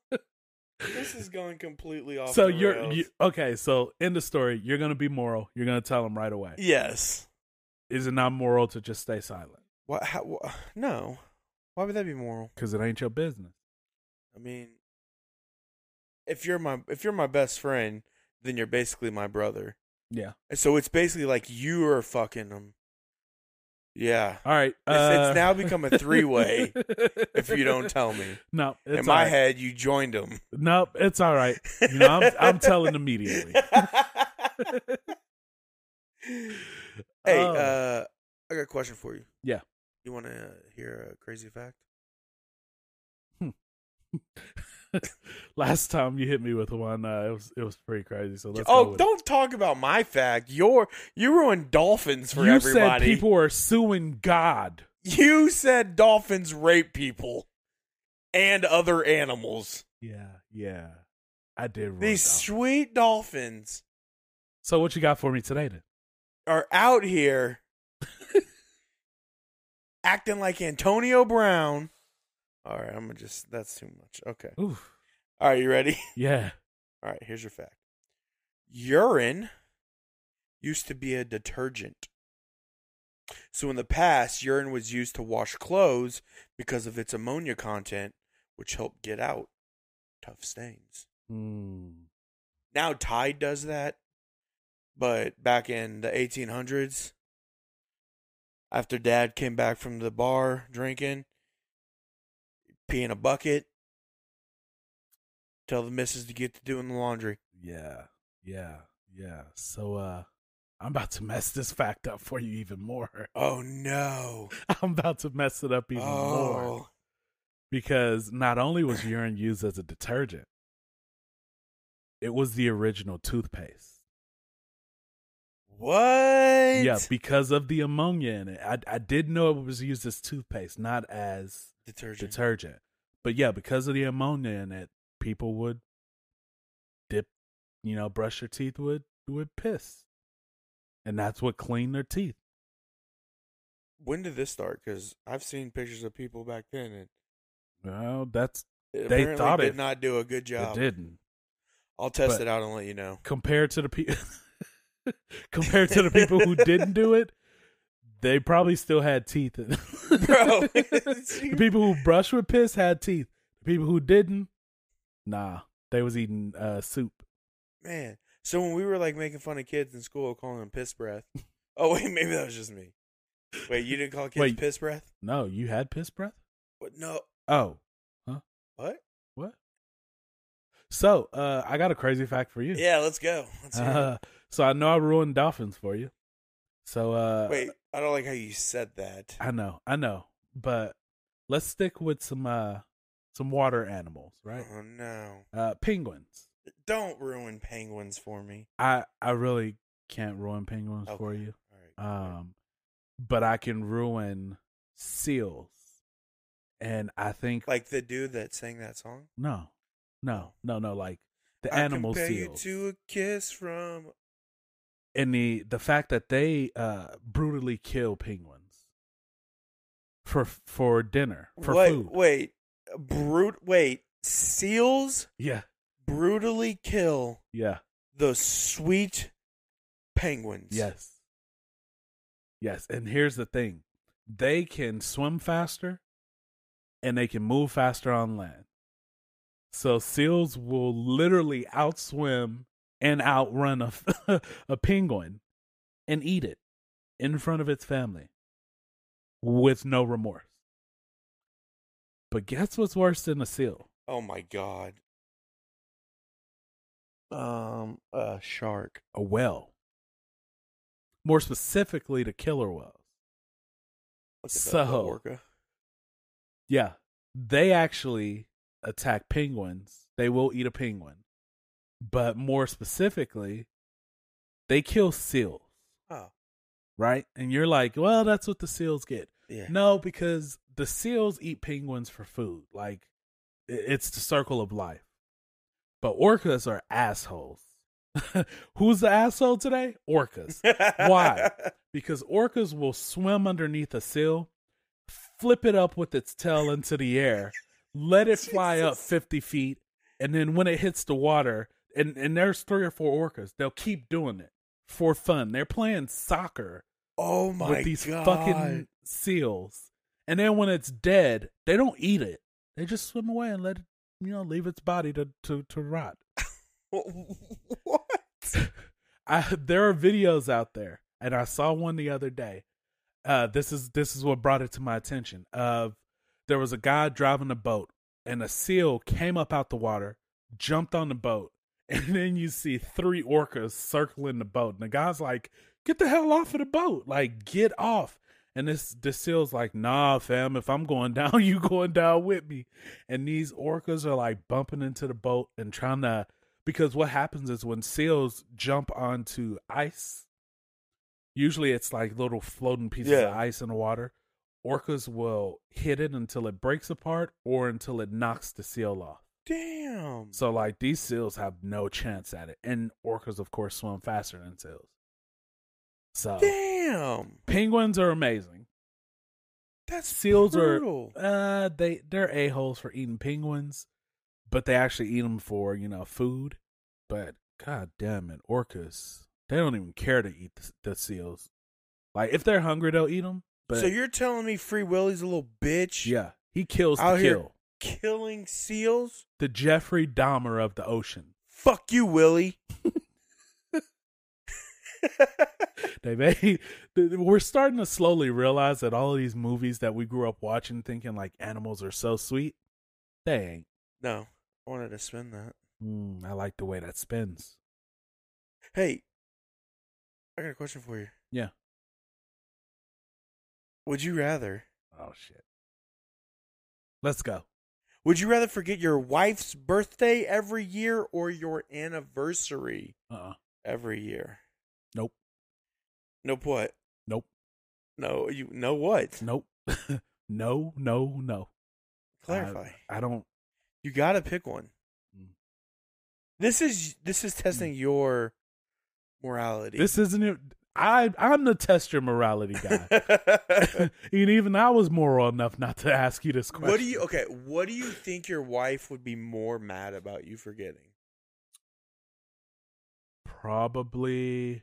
[SPEAKER 2] This is going completely off.
[SPEAKER 1] so
[SPEAKER 2] the
[SPEAKER 1] you're
[SPEAKER 2] rails.
[SPEAKER 1] you, okay. So in the story, you're gonna be moral. You're gonna tell them right away.
[SPEAKER 2] yes.
[SPEAKER 1] Is it not moral to just stay silent?
[SPEAKER 2] What? How, wha- no. Why would that be moral?
[SPEAKER 1] Because it ain't your business.
[SPEAKER 2] I mean, if you're my if you're my best friend, then you're basically my brother.
[SPEAKER 1] Yeah.
[SPEAKER 2] And so it's basically like you are fucking him. Yeah.
[SPEAKER 1] All right.
[SPEAKER 2] It's-
[SPEAKER 1] uh,
[SPEAKER 2] it's now become a
[SPEAKER 1] *laughs*
[SPEAKER 2] three-way If you don't tell me,
[SPEAKER 1] No, *laughs* it's
[SPEAKER 2] in my
[SPEAKER 1] all right.
[SPEAKER 2] head, you joined him.
[SPEAKER 1] Nope, it's all right. You know, I'm I'm
[SPEAKER 2] *laughs*
[SPEAKER 1] telling immediately.
[SPEAKER 2] Hey,
[SPEAKER 1] Oh.
[SPEAKER 2] uh, I got a question for you.
[SPEAKER 1] Yeah.
[SPEAKER 2] You want to hear a crazy fact?
[SPEAKER 1] Last time you hit me with one, uh, it was it was pretty crazy. So let's. go
[SPEAKER 2] oh,
[SPEAKER 1] with it.
[SPEAKER 2] don't talk about my fact. You're you ruined dolphins for
[SPEAKER 1] you
[SPEAKER 2] everybody.
[SPEAKER 1] said people are suing God.
[SPEAKER 2] *laughs* you said dolphins rape people and other animals.
[SPEAKER 1] Yeah, yeah, I did. ruin
[SPEAKER 2] These
[SPEAKER 1] God.
[SPEAKER 2] sweet dolphins
[SPEAKER 1] So what you got for me today then?
[SPEAKER 2] are out here acting like Antonio Brown. All right, I'm gonna just that's too much. Okay.
[SPEAKER 1] Oof.
[SPEAKER 2] All right, you ready?
[SPEAKER 1] Yeah.
[SPEAKER 2] All right, here's your fact. Urine used to be a detergent. So in the past, urine was used to wash clothes because of its ammonia content, which helped get out tough stains.
[SPEAKER 1] Mm.
[SPEAKER 2] Now Tide does that, but back in the 1800s, after dad came back from the bar drinking, pee in a bucket, tell the missus to get to doing the laundry.
[SPEAKER 1] Yeah. Yeah. Yeah. So uh I'm about to mess this fact up for you even more. *laughs*
[SPEAKER 2] Oh no.
[SPEAKER 1] I'm about to mess it up even more
[SPEAKER 2] oh.
[SPEAKER 1] because not only was urine used as a detergent, it was the original toothpaste.
[SPEAKER 2] What?
[SPEAKER 1] Yeah, because of the ammonia in it. I I did know it was used as toothpaste, not as
[SPEAKER 2] Detergent.
[SPEAKER 1] detergent. But yeah, because of the ammonia in it, people would dip, you know, brush their teeth with with piss, and that's what cleaned their teeth.
[SPEAKER 2] when did this start? Because I've seen pictures of people back then, and
[SPEAKER 1] Well, that's
[SPEAKER 2] it
[SPEAKER 1] They
[SPEAKER 2] apparently
[SPEAKER 1] thought
[SPEAKER 2] did
[SPEAKER 1] it-
[SPEAKER 2] not do a good job.
[SPEAKER 1] it. Didn't
[SPEAKER 2] I'll test
[SPEAKER 1] but-
[SPEAKER 2] it out and let you know.
[SPEAKER 1] *laughs* compared to the people compared to the people who didn't do it, they probably still had teeth. Bro,
[SPEAKER 2] *laughs*
[SPEAKER 1] the people who brushed with piss had teeth. The people who didn't, nah, they was eating uh, soup.
[SPEAKER 2] Man, so when we were like making fun of kids in school, calling them piss breath. *laughs* oh wait, maybe that was just me. Wait, you didn't call kids
[SPEAKER 1] Wait.
[SPEAKER 2] piss breath?
[SPEAKER 1] No, you had piss breath.
[SPEAKER 2] What? No.
[SPEAKER 1] Oh,
[SPEAKER 2] What?
[SPEAKER 1] What? So, uh, I got a crazy fact for you.
[SPEAKER 2] Yeah, let's go. Let's hear it.
[SPEAKER 1] Uh, *laughs* so I know I ruined dolphins for you. So *laughs* uh,
[SPEAKER 2] Wait, I don't like how you said that.
[SPEAKER 1] I know, I know, but let's stick with some uh, some water animals, right?
[SPEAKER 2] Oh no.
[SPEAKER 1] Uh, penguins.
[SPEAKER 2] Don't ruin penguins for me.
[SPEAKER 1] I I really can't ruin penguins for
[SPEAKER 2] Okay,
[SPEAKER 1] you.
[SPEAKER 2] All right. all right.
[SPEAKER 1] Um, but I can ruin seals, and I think
[SPEAKER 2] like the dude that sang that song.
[SPEAKER 1] no, no, no, no. Like the
[SPEAKER 2] I
[SPEAKER 1] animal
[SPEAKER 2] compare
[SPEAKER 1] seals
[SPEAKER 2] You to a kiss from.
[SPEAKER 1] and the the fact that they uh brutally kill penguins for for dinner for
[SPEAKER 2] wait,
[SPEAKER 1] food.
[SPEAKER 2] wait, brute. Wait, seals
[SPEAKER 1] Yeah,
[SPEAKER 2] brutally kill
[SPEAKER 1] yeah,
[SPEAKER 2] the sweet penguins.
[SPEAKER 1] yes, yes. And here's the thing: they can swim faster, and they can move faster on land. So seals will literally outswim and outrun a *laughs* a penguin and eat it in front of its family with no remorse. But guess what's worse than a seal?
[SPEAKER 2] Oh my god. Um, a shark.
[SPEAKER 1] A whale. More specifically, the killer whales.
[SPEAKER 2] Look at that
[SPEAKER 1] So-
[SPEAKER 2] little orca.
[SPEAKER 1] Yeah. They actually attack penguins. They will eat a penguin. But more specifically, they kill seals,
[SPEAKER 2] Oh,
[SPEAKER 1] right? And you're like, well, that's what the seals get.
[SPEAKER 2] yeah.
[SPEAKER 1] No, because the seals eat penguins for food. Like, i- it's the circle of life. But orcas are assholes. *laughs* Who's the asshole today? Orcas. *laughs*
[SPEAKER 2] *laughs*
[SPEAKER 1] Why? because orcas will swim underneath a seal, flip it up with its tail into the air, let it fly up 50 feet, and then when it hits the water, and, and there's three or four orcas, they'll keep doing it for fun. They're playing soccer
[SPEAKER 2] Oh my
[SPEAKER 1] with these
[SPEAKER 2] god.
[SPEAKER 1] fucking seals. And then when it's dead, they don't eat it. They just swim away and let it, you know, leave its body to, to, to rot.
[SPEAKER 2] *laughs* what?
[SPEAKER 1] I *laughs* there are videos out there, and I saw one the other day. Uh, this is this is what brought it to my attention. Of there was a guy driving a boat, and a seal came up out the water, jumped on the boat, *laughs* and then you see three orcas circling the boat, and the guy's like, "Get the hell off of the boat! Like, get off!" And this the seal's like, "Nah, fam, if I'm going *laughs* down, you going down with me." And these orcas are like bumping into the boat and trying to because what happens is when seals jump onto ice, usually it's like little floating pieces
[SPEAKER 2] Yeah.
[SPEAKER 1] of ice in the water. Orcas will hit it until it breaks apart or until it knocks the seal off.
[SPEAKER 2] Damn.
[SPEAKER 1] So like these seals have no chance at it, and orcas of course swim faster than seals. So
[SPEAKER 2] Damn.
[SPEAKER 1] penguins are amazing.
[SPEAKER 2] That's
[SPEAKER 1] Seals
[SPEAKER 2] brutal.
[SPEAKER 1] are uh they they're a holes for eating penguins, but they actually eat them for you know food. But god damn it, orcas they don't even care to eat the, the seals. Like if they're hungry, they'll eat them. But
[SPEAKER 2] so you're telling me Free Willy's a little bitch?
[SPEAKER 1] yeah, he kills to
[SPEAKER 2] Out here-
[SPEAKER 1] kill
[SPEAKER 2] Killing seals?
[SPEAKER 1] the Jeffrey Dahmer of the ocean.
[SPEAKER 2] Fuck you, Willie.
[SPEAKER 1] *laughs* *laughs* They made, we're starting to slowly realize that all of these movies that we grew up watching, thinking like animals are so sweet, they ain't.
[SPEAKER 2] no, I wanted to spin that.
[SPEAKER 1] Mm, I like the way that spins.
[SPEAKER 2] Hey, I got a question for you.
[SPEAKER 1] Yeah.
[SPEAKER 2] Would you rather?
[SPEAKER 1] Oh shit. Let's go.
[SPEAKER 2] Would you rather forget your wife's birthday every year or your anniversary
[SPEAKER 1] Uh. uh
[SPEAKER 2] every year?
[SPEAKER 1] Nope.
[SPEAKER 2] Nope. What?
[SPEAKER 1] Nope.
[SPEAKER 2] No. You. No. What?
[SPEAKER 1] Nope. *laughs* no. No. No.
[SPEAKER 2] Clarify.
[SPEAKER 1] I, I don't.
[SPEAKER 2] You gotta pick one.
[SPEAKER 1] Mm.
[SPEAKER 2] This is this is testing your morality. *laughs*
[SPEAKER 1] This isn't it. I I'm the test your morality guy, and even I was moral enough not to ask you this question.
[SPEAKER 2] what do you okay? What do you think your wife would be more mad about you forgetting?
[SPEAKER 1] Probably.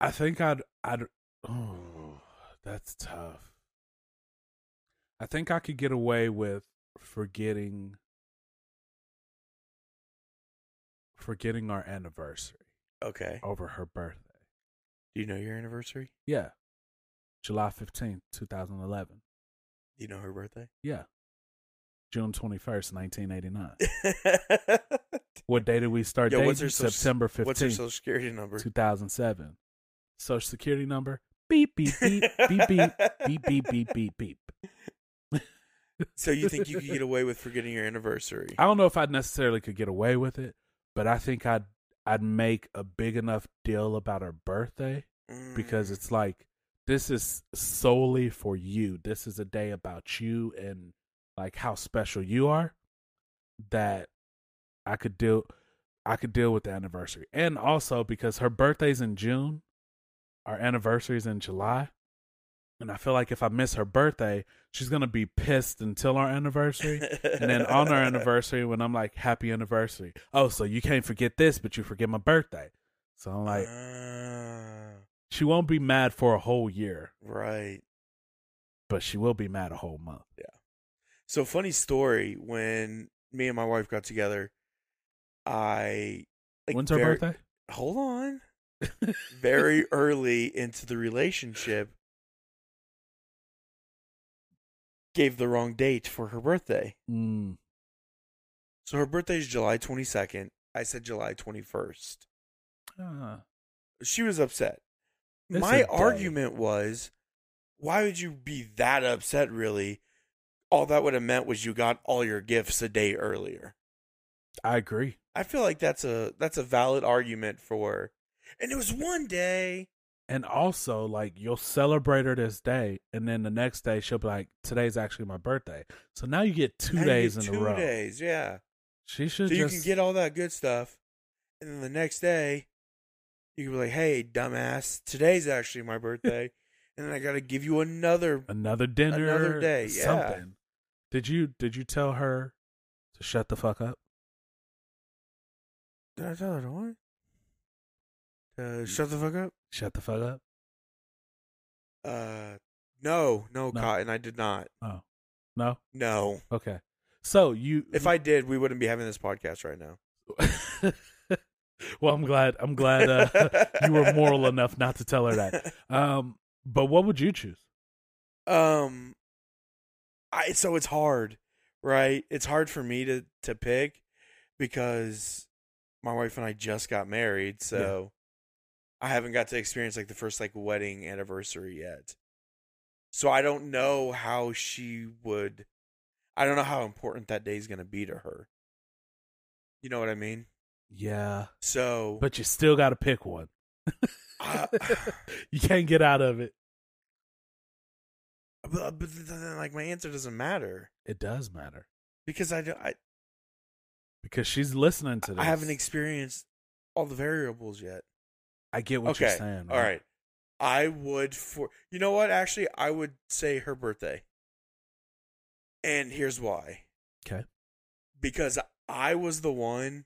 [SPEAKER 1] I think I'd I'd oh, that's tough. I think I could get away with forgetting forgetting our anniversary
[SPEAKER 2] Okay.
[SPEAKER 1] over her birthday.
[SPEAKER 2] Oh. Do you know your anniversary?
[SPEAKER 1] Yeah. July 15th, 2011.
[SPEAKER 2] Do you know her birthday? *laughs*
[SPEAKER 1] Yeah. June 21st,
[SPEAKER 2] *laughs*
[SPEAKER 1] 1989. What day did we start
[SPEAKER 2] Yo,
[SPEAKER 1] dating?
[SPEAKER 2] what's her social-
[SPEAKER 1] September 15th,
[SPEAKER 2] What's her social security number?
[SPEAKER 1] 2007. Social security number? Beep, beep, beep, beep, beep, beep, beep, beep, beep, beep.
[SPEAKER 2] So you think you could
[SPEAKER 1] *laughs*
[SPEAKER 2] get away with forgetting your anniversary?
[SPEAKER 1] I don't know if I necessarily could get away with it, but I think I'd I'd make a big enough deal about her birthday
[SPEAKER 2] Mm.
[SPEAKER 1] because
[SPEAKER 2] *laughs*
[SPEAKER 1] it's like this is solely for you. This is a day about you and like how special you are that I could deal I could deal with the anniversary. And also because her birthday's in June, our anniversary's in July. And I feel like if I miss her birthday, she's gonna be pissed until our anniversary. And then on our anniversary, when I'm like, happy anniversary. Oh, so you can't forget this, but you forget my birthday. So I'm like,
[SPEAKER 2] Ah,
[SPEAKER 1] she won't be mad for a whole year,
[SPEAKER 2] right.
[SPEAKER 1] but she will be mad a whole month.
[SPEAKER 2] So funny story. When me and my wife got together, I like
[SPEAKER 1] When's her
[SPEAKER 2] very-
[SPEAKER 1] birthday? *laughs*
[SPEAKER 2] Hold on. very early into the relationship, gave the wrong date for her birthday.
[SPEAKER 1] Mm,
[SPEAKER 2] So her birthday is July twenty second. I said July twenty first.
[SPEAKER 1] ah,
[SPEAKER 2] she was upset.
[SPEAKER 1] It's
[SPEAKER 2] My
[SPEAKER 1] a day.
[SPEAKER 2] argument was, why would you be that upset? Really, all that would have meant was you got all your gifts a day earlier.
[SPEAKER 1] I agree.
[SPEAKER 2] I feel like that's a that's a valid argument for, and it was one day.
[SPEAKER 1] And also, like, you'll celebrate her this day, and then the next day she'll be like, today's actually my birthday. So now you get two
[SPEAKER 2] Now you
[SPEAKER 1] days
[SPEAKER 2] get
[SPEAKER 1] in
[SPEAKER 2] two
[SPEAKER 1] a row.
[SPEAKER 2] days, yeah.
[SPEAKER 1] She
[SPEAKER 2] So
[SPEAKER 1] should
[SPEAKER 2] you
[SPEAKER 1] just.
[SPEAKER 2] can get all that good stuff, and then the next day, you can be like, "Hey, dumbass, today's
[SPEAKER 1] *laughs*
[SPEAKER 2] actually my birthday, and then I got to give you another."
[SPEAKER 1] another dinner
[SPEAKER 2] Another day, yeah.
[SPEAKER 1] something did you did you tell her to shut the fuck up
[SPEAKER 2] Did I tell her to what? Uh, shut the fuck up.
[SPEAKER 1] shut the fuck up
[SPEAKER 2] Uh, no, no,
[SPEAKER 1] No.
[SPEAKER 2] Cotton, I did not.
[SPEAKER 1] oh no
[SPEAKER 2] No,
[SPEAKER 1] okay so you
[SPEAKER 2] if I did, we wouldn't be having this podcast right now.
[SPEAKER 1] *laughs* well i'm glad i'm glad
[SPEAKER 2] *laughs*
[SPEAKER 1] uh, *laughs* you were moral enough not to tell her that um but what would you choose
[SPEAKER 2] Um, I so it's hard, right? It's hard for me to to pick because my wife and I just got married, so I haven't got to experience like the first like wedding anniversary yet. So I don't know how she would. I don't know how important that day is going to be to her. You know what I mean?
[SPEAKER 1] yeah
[SPEAKER 2] So,
[SPEAKER 1] but you still gotta pick one
[SPEAKER 2] I- *sighs*
[SPEAKER 1] you can't get out of it
[SPEAKER 2] but, but then, like my answer doesn't matter
[SPEAKER 1] it does matter
[SPEAKER 2] because I don't. I,
[SPEAKER 1] because she's listening to this
[SPEAKER 2] I haven't experienced all the variables yet.
[SPEAKER 1] i get what
[SPEAKER 2] okay.
[SPEAKER 1] you're saying
[SPEAKER 2] All right. I would for you know what? Actually, I would say her birthday. And here's why.
[SPEAKER 1] 'Kay.
[SPEAKER 2] Because I was the one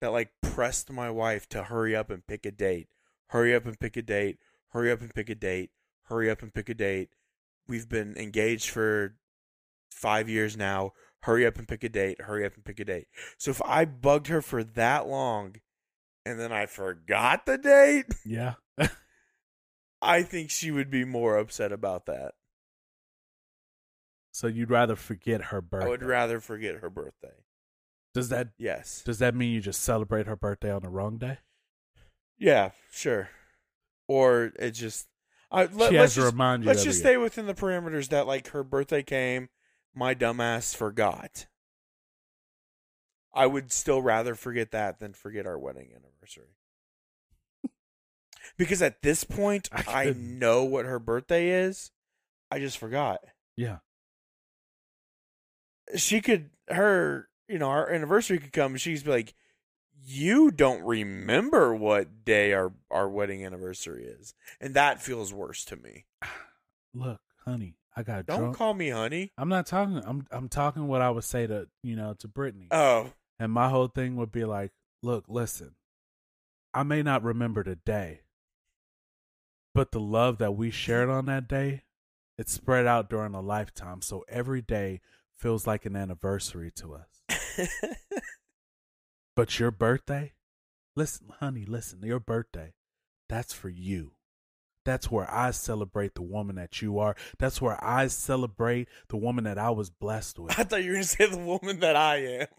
[SPEAKER 2] that like pressed my wife to hurry up and pick a date. Hurry up and pick a date. Hurry up and pick a date. Hurry up and pick a date. We've been engaged for five years now. Hurry up and pick a date. Hurry up and pick a date. So if I bugged her for that long and then I forgot the date,
[SPEAKER 1] yeah
[SPEAKER 2] I think she would be more upset about that.
[SPEAKER 1] so you'd rather forget her birthday
[SPEAKER 2] I would rather forget her birthday.
[SPEAKER 1] does that
[SPEAKER 2] Yes.
[SPEAKER 1] Does that mean you just celebrate her birthday on the wrong day?
[SPEAKER 2] Yeah, sure. Or it just I let,
[SPEAKER 1] she
[SPEAKER 2] us
[SPEAKER 1] has to
[SPEAKER 2] just
[SPEAKER 1] remind you.
[SPEAKER 2] let's
[SPEAKER 1] every
[SPEAKER 2] just
[SPEAKER 1] year.
[SPEAKER 2] stay within the parameters that like her birthday came, my dumbass forgot. I would still rather forget that than forget our wedding anniversary. *laughs* because at this point,
[SPEAKER 1] I
[SPEAKER 2] I
[SPEAKER 1] couldn't.
[SPEAKER 2] know what her birthday is. I just forgot.
[SPEAKER 1] Yeah,
[SPEAKER 2] she could her you know our anniversary could come and she's be like you don't remember what day our our wedding anniversary is and that feels worse to me
[SPEAKER 1] look, honey, I got
[SPEAKER 2] don't
[SPEAKER 1] drunk.
[SPEAKER 2] call me honey
[SPEAKER 1] I'm not talking. I'm I'm talking what I would say to you know to Brittany,
[SPEAKER 2] oh *laughs*
[SPEAKER 1] and my whole thing would be like, look, listen, I may not remember the day, but the love that we shared on that day, it's spread out during a lifetime. So every day feels like an anniversary to us. But your birthday? Listen, honey, listen, your birthday, that's for you. That's where I celebrate the woman that you are. That's where I celebrate the woman that I was blessed *laughs* with.
[SPEAKER 2] i thought you were gonna say the woman that i am *laughs*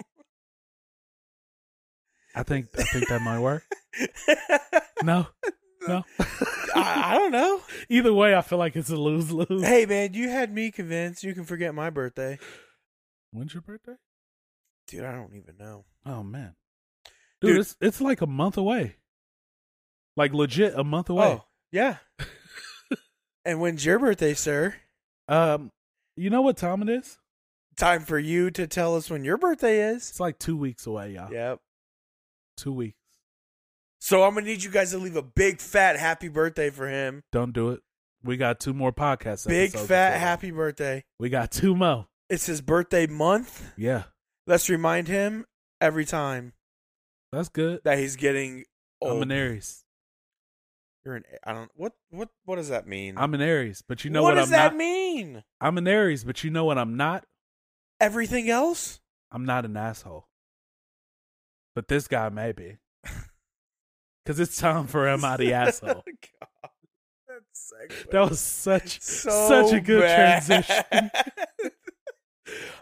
[SPEAKER 1] I think I think that might work. No. No.
[SPEAKER 2] I, I don't know
[SPEAKER 1] Either way, I feel like it's a lose lose.
[SPEAKER 2] hey man you had me convinced you can forget my birthday
[SPEAKER 1] When's your birthday?
[SPEAKER 2] Dude, I don't even know.
[SPEAKER 1] Oh man, dude,
[SPEAKER 2] Dude.
[SPEAKER 1] it's it's like a month away. Like legit, a month away.
[SPEAKER 2] Oh, yeah. and when's your birthday, sir? Oh.
[SPEAKER 1] Um, you know what time it is?
[SPEAKER 2] Time for you to tell us when your birthday is.
[SPEAKER 1] It's like two weeks away, y'all.
[SPEAKER 2] Yep.
[SPEAKER 1] Two weeks.
[SPEAKER 2] So I'm gonna need you guys to leave a big fat happy birthday for him.
[SPEAKER 1] Don't do it. We got two more podcasts.
[SPEAKER 2] Big
[SPEAKER 1] episodes
[SPEAKER 2] fat
[SPEAKER 1] before.
[SPEAKER 2] happy birthday.
[SPEAKER 1] We got two more.
[SPEAKER 2] It's his birthday month.
[SPEAKER 1] Yeah,
[SPEAKER 2] Let's remind him every time
[SPEAKER 1] that's good.
[SPEAKER 2] that he's getting
[SPEAKER 1] I'm an
[SPEAKER 2] old.
[SPEAKER 1] Aries.
[SPEAKER 2] You're an I don't what what what does that mean?
[SPEAKER 1] I'm an Aries, but you know
[SPEAKER 2] what,
[SPEAKER 1] what,
[SPEAKER 2] does
[SPEAKER 1] I'm
[SPEAKER 2] that
[SPEAKER 1] not.
[SPEAKER 2] mean?
[SPEAKER 1] I'm an Aries, but you know what I'm not.
[SPEAKER 2] Everything
[SPEAKER 1] *laughs*
[SPEAKER 2] else?
[SPEAKER 1] I'm not an asshole. But this guy may be. *laughs* Cause it's time for him out the asshole.
[SPEAKER 2] *laughs* God, that's segue.
[SPEAKER 1] That was such
[SPEAKER 2] So
[SPEAKER 1] such a good
[SPEAKER 2] bad. *laughs*
[SPEAKER 1] transition. *laughs*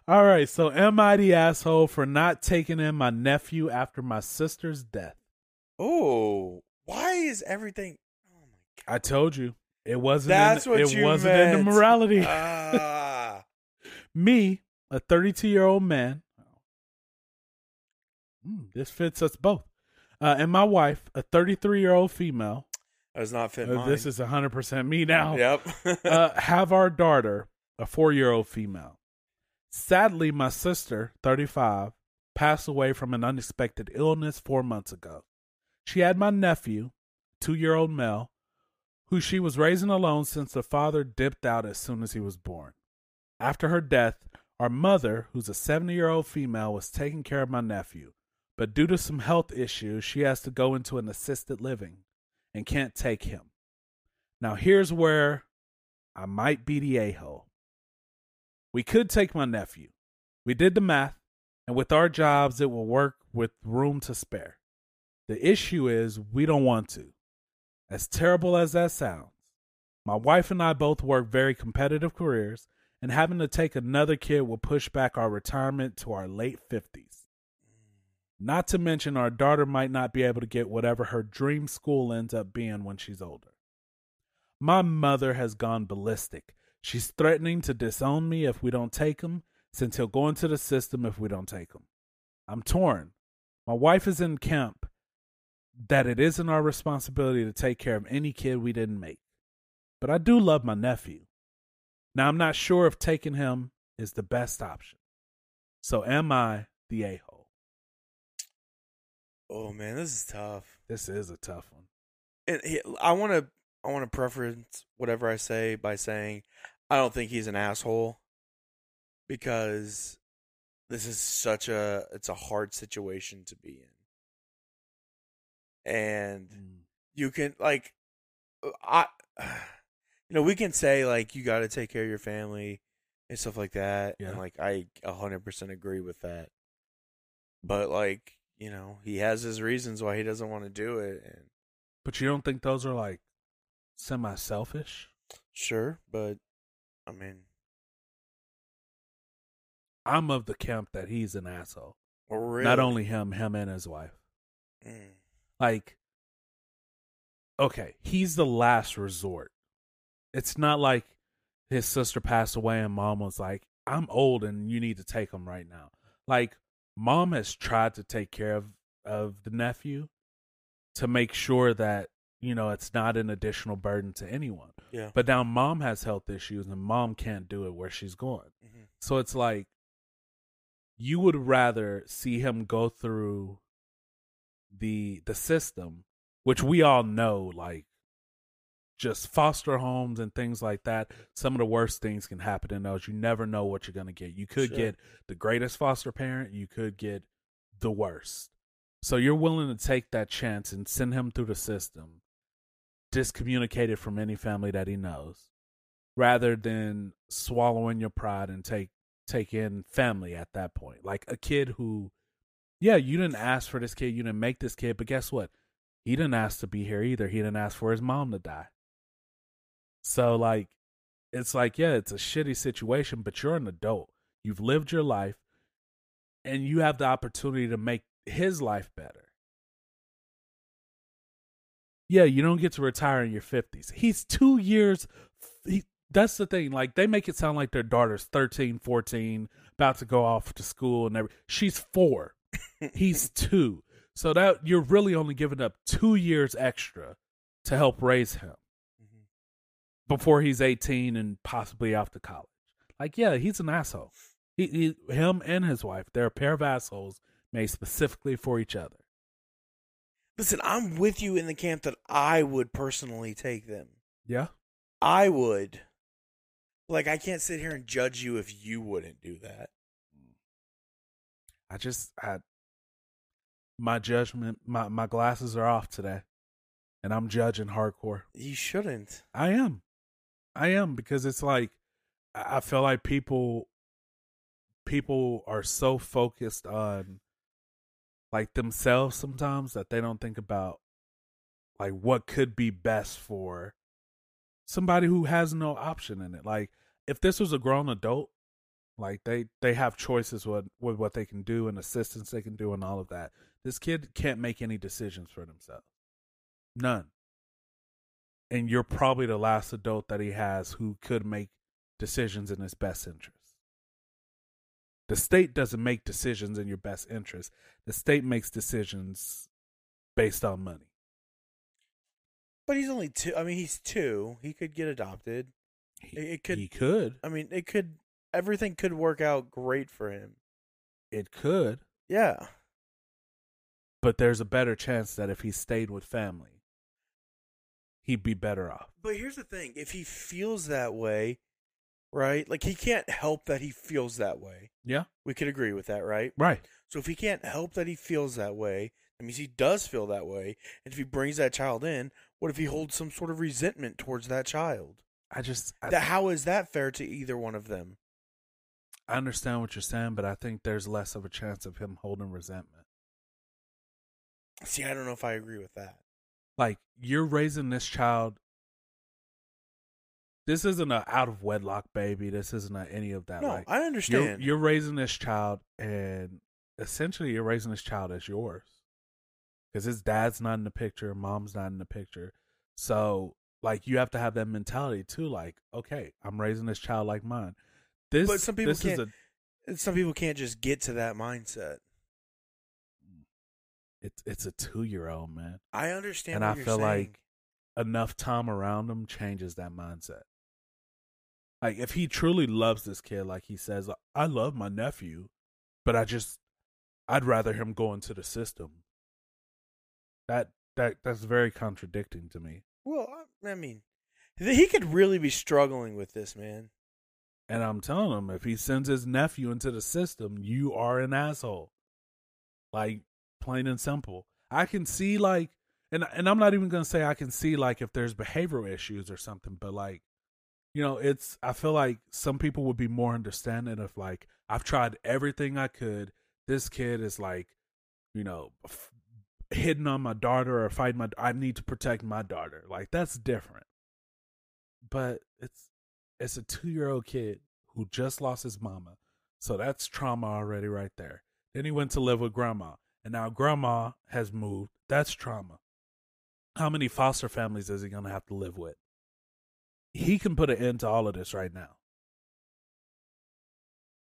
[SPEAKER 1] All right, so am I the asshole for not taking in my nephew after my sister's death?
[SPEAKER 2] oh, why is everything? Oh my
[SPEAKER 1] I told you it wasn't.
[SPEAKER 2] That's
[SPEAKER 1] in,
[SPEAKER 2] what
[SPEAKER 1] it
[SPEAKER 2] you
[SPEAKER 1] wasn't in the
[SPEAKER 2] meant.
[SPEAKER 1] *laughs*
[SPEAKER 2] Uh,
[SPEAKER 1] morality.
[SPEAKER 2] god. Ah.
[SPEAKER 1] Me, a 32 year old man. Mm, this fits us both. Uh, and my wife, a 33 year old female.
[SPEAKER 2] that does not fit
[SPEAKER 1] Uh,
[SPEAKER 2] mine.
[SPEAKER 1] this is oh. 100% me now.
[SPEAKER 2] Yep. *laughs*
[SPEAKER 1] uh, have our daughter, a four year old female. Sadly, my sister, 35, passed away from an unexpected illness four months ago. She had my nephew, two year old male, who she was raising alone since the father dipped out as soon as he was born. After her death, our mother, who's a 70 year old female, was taking care of my nephew. But due to some health issues, she has to go into an assisted living and can't take him. Now, here's where I might be the a hole. We could take my nephew. We did the math, and with our jobs, it will work with room to spare. The issue is we don't want to. As terrible as that sounds, my wife and I both work very competitive careers, and having to take another kid will push back our retirement to our late 50s. Not to mention, our daughter might not be able to get whatever her dream school ends up being when she's older. My mother has gone ballistic. She's threatening to disown me if we don't take him, since he'll go into the system if we don't take him. I'm torn. My wife is in camp that it isn't our responsibility to take care of any kid we didn't make. But I do love my nephew. Now, I'm not sure if taking him is the best option. So, am I the a hole?
[SPEAKER 2] oh man, this is tough.
[SPEAKER 1] This is a tough one.
[SPEAKER 2] And he, I want to I want to preference whatever I say by saying I don't think he's an asshole because this is such a it's a hard situation to be in. And
[SPEAKER 1] Mm.
[SPEAKER 2] you can like uh, i *sighs* you know we can say like you got to take care of your family and stuff like that
[SPEAKER 1] Yeah.
[SPEAKER 2] and like i 100% agree with that but like you know he has his reasons why he doesn't want to do it and
[SPEAKER 1] But you don't think those are like semi selfish?
[SPEAKER 2] sure but i mean
[SPEAKER 1] I'm of the camp that he's an asshole.
[SPEAKER 2] oh, really,
[SPEAKER 1] Not only him, him and his wife.
[SPEAKER 2] Mm,
[SPEAKER 1] Like, okay, he's the last resort. It's not like his sister passed away and mom was like, I'm old and you need to take him right now. Like, mom has tried to take care of, of the nephew to make sure that, you know, it's not an additional burden to anyone.
[SPEAKER 2] yeah
[SPEAKER 1] But now mom has health issues and mom can't do it where she's going.
[SPEAKER 2] Mhm.
[SPEAKER 1] So it's like you would rather see him go through the the system, which we all know, like just foster homes and things like that. Some of the worst things can happen in those. You never know what you're gonna get. You could
[SPEAKER 2] Sure.
[SPEAKER 1] get the greatest foster parent, you could get the worst. So you're willing to take that chance and send him through the system, discommunicated from any family that he knows, rather than swallowing your pride and take take in family at that point. Like a kid who, yeah, you didn't ask for this kid, you didn't make this kid, but guess what? He didn't ask to be here either. He didn't ask for his mom to die. So like, it's like yeah, it's a shitty situation, but you're an adult. You've lived your life, and you have the opportunity to make his life better. Yeah, you don't get to retire in your fifties. He's two years. He, that's the thing like they make it sound like their daughter's 13 14 about to go off to school and every she's four he's two so that you're really only giving up two years extra to help raise him before he's 18 and possibly off to college like yeah he's an asshole he, he him and his wife they're a pair of assholes made specifically for each other
[SPEAKER 2] Listen, I'm with you in the camp that I would personally take them.
[SPEAKER 1] yeah
[SPEAKER 2] I would. Like, I can't sit here and judge you if you wouldn't do that.
[SPEAKER 1] i just i my judgment my, my glasses are off today and i'm judging hardcore
[SPEAKER 2] You shouldn't.
[SPEAKER 1] I am. I am because it's like I I feel like people people are so focused on like themselves sometimes that they don't think about like what could be best for somebody who has no option in it. Like if this was a grown adult, like they they have choices with with what they can do and assistance they can do and all of that. This kid can't make any decisions for themselves. None and you're probably the last adult that he has who could make decisions in his best interest. The state doesn't make decisions in your best interest. The state makes decisions based on money.
[SPEAKER 2] But he's only two. I mean, he's two. He could get adopted.
[SPEAKER 1] He,
[SPEAKER 2] It- it could-
[SPEAKER 1] He could.
[SPEAKER 2] I mean, it could. Everything could work out great for him.
[SPEAKER 1] It could.
[SPEAKER 2] Yeah.
[SPEAKER 1] But there's a better chance that if he stayed with family, he'd be better off.
[SPEAKER 2] But here's the thing if he feels that way, right? Like, he can't help that he feels that way.
[SPEAKER 1] Yeah.
[SPEAKER 2] We could agree with that, right?
[SPEAKER 1] Right.
[SPEAKER 2] So if he can't help that he feels that way, that means he does feel that way. And if he brings that child in, what if he holds some sort of resentment towards that child?
[SPEAKER 1] I just I,
[SPEAKER 2] That, how is that fair to either one of them?
[SPEAKER 1] I understand what you're saying, but I think there's less of a chance of him holding resentment.
[SPEAKER 2] See, I don't know if I agree with that.
[SPEAKER 1] like you're raising this child this isn't a out of wedlock baby this isn't a any of that
[SPEAKER 2] no,
[SPEAKER 1] like
[SPEAKER 2] I understand.
[SPEAKER 1] You're, you're raising this child and essentially you're raising this child as yours because his dad's not in the picture mom's not in the picture so like you have to have that mentality too like okay i'm raising this child like mine this
[SPEAKER 2] But some people
[SPEAKER 1] this is
[SPEAKER 2] can't-
[SPEAKER 1] a
[SPEAKER 2] Some people can't just get to that mindset.
[SPEAKER 1] it's it's a two year old man
[SPEAKER 2] I understand.
[SPEAKER 1] And
[SPEAKER 2] what
[SPEAKER 1] I
[SPEAKER 2] you're
[SPEAKER 1] feel
[SPEAKER 2] saying.
[SPEAKER 1] like enough time around him changes that mindset. Like if he truly loves this kid, like he says, I love my nephew, but I just I'd rather him go into the system. That that that's very contradicting to me.
[SPEAKER 2] well, I I mean, th- he could really be struggling with this, man.
[SPEAKER 1] And I'm telling him if he sends his nephew into the system, you are an asshole. Like plain and simple. I can see like and and I'm not even going to say I can see like if there's behavioral issues or something, but like you know, it's I feel like some people would be more understanding of like I've tried everything I could. This kid is like, you know, f- hitting on my daughter or fighting my I need to protect my daughter. Like that's different. But it's it's a two year old kid who just lost his mama. So that's trauma already right there. Then he went to live with grandma. And now grandma has moved. That's trauma. How many foster families is he going to have to live with? He can put an end to all of this right now.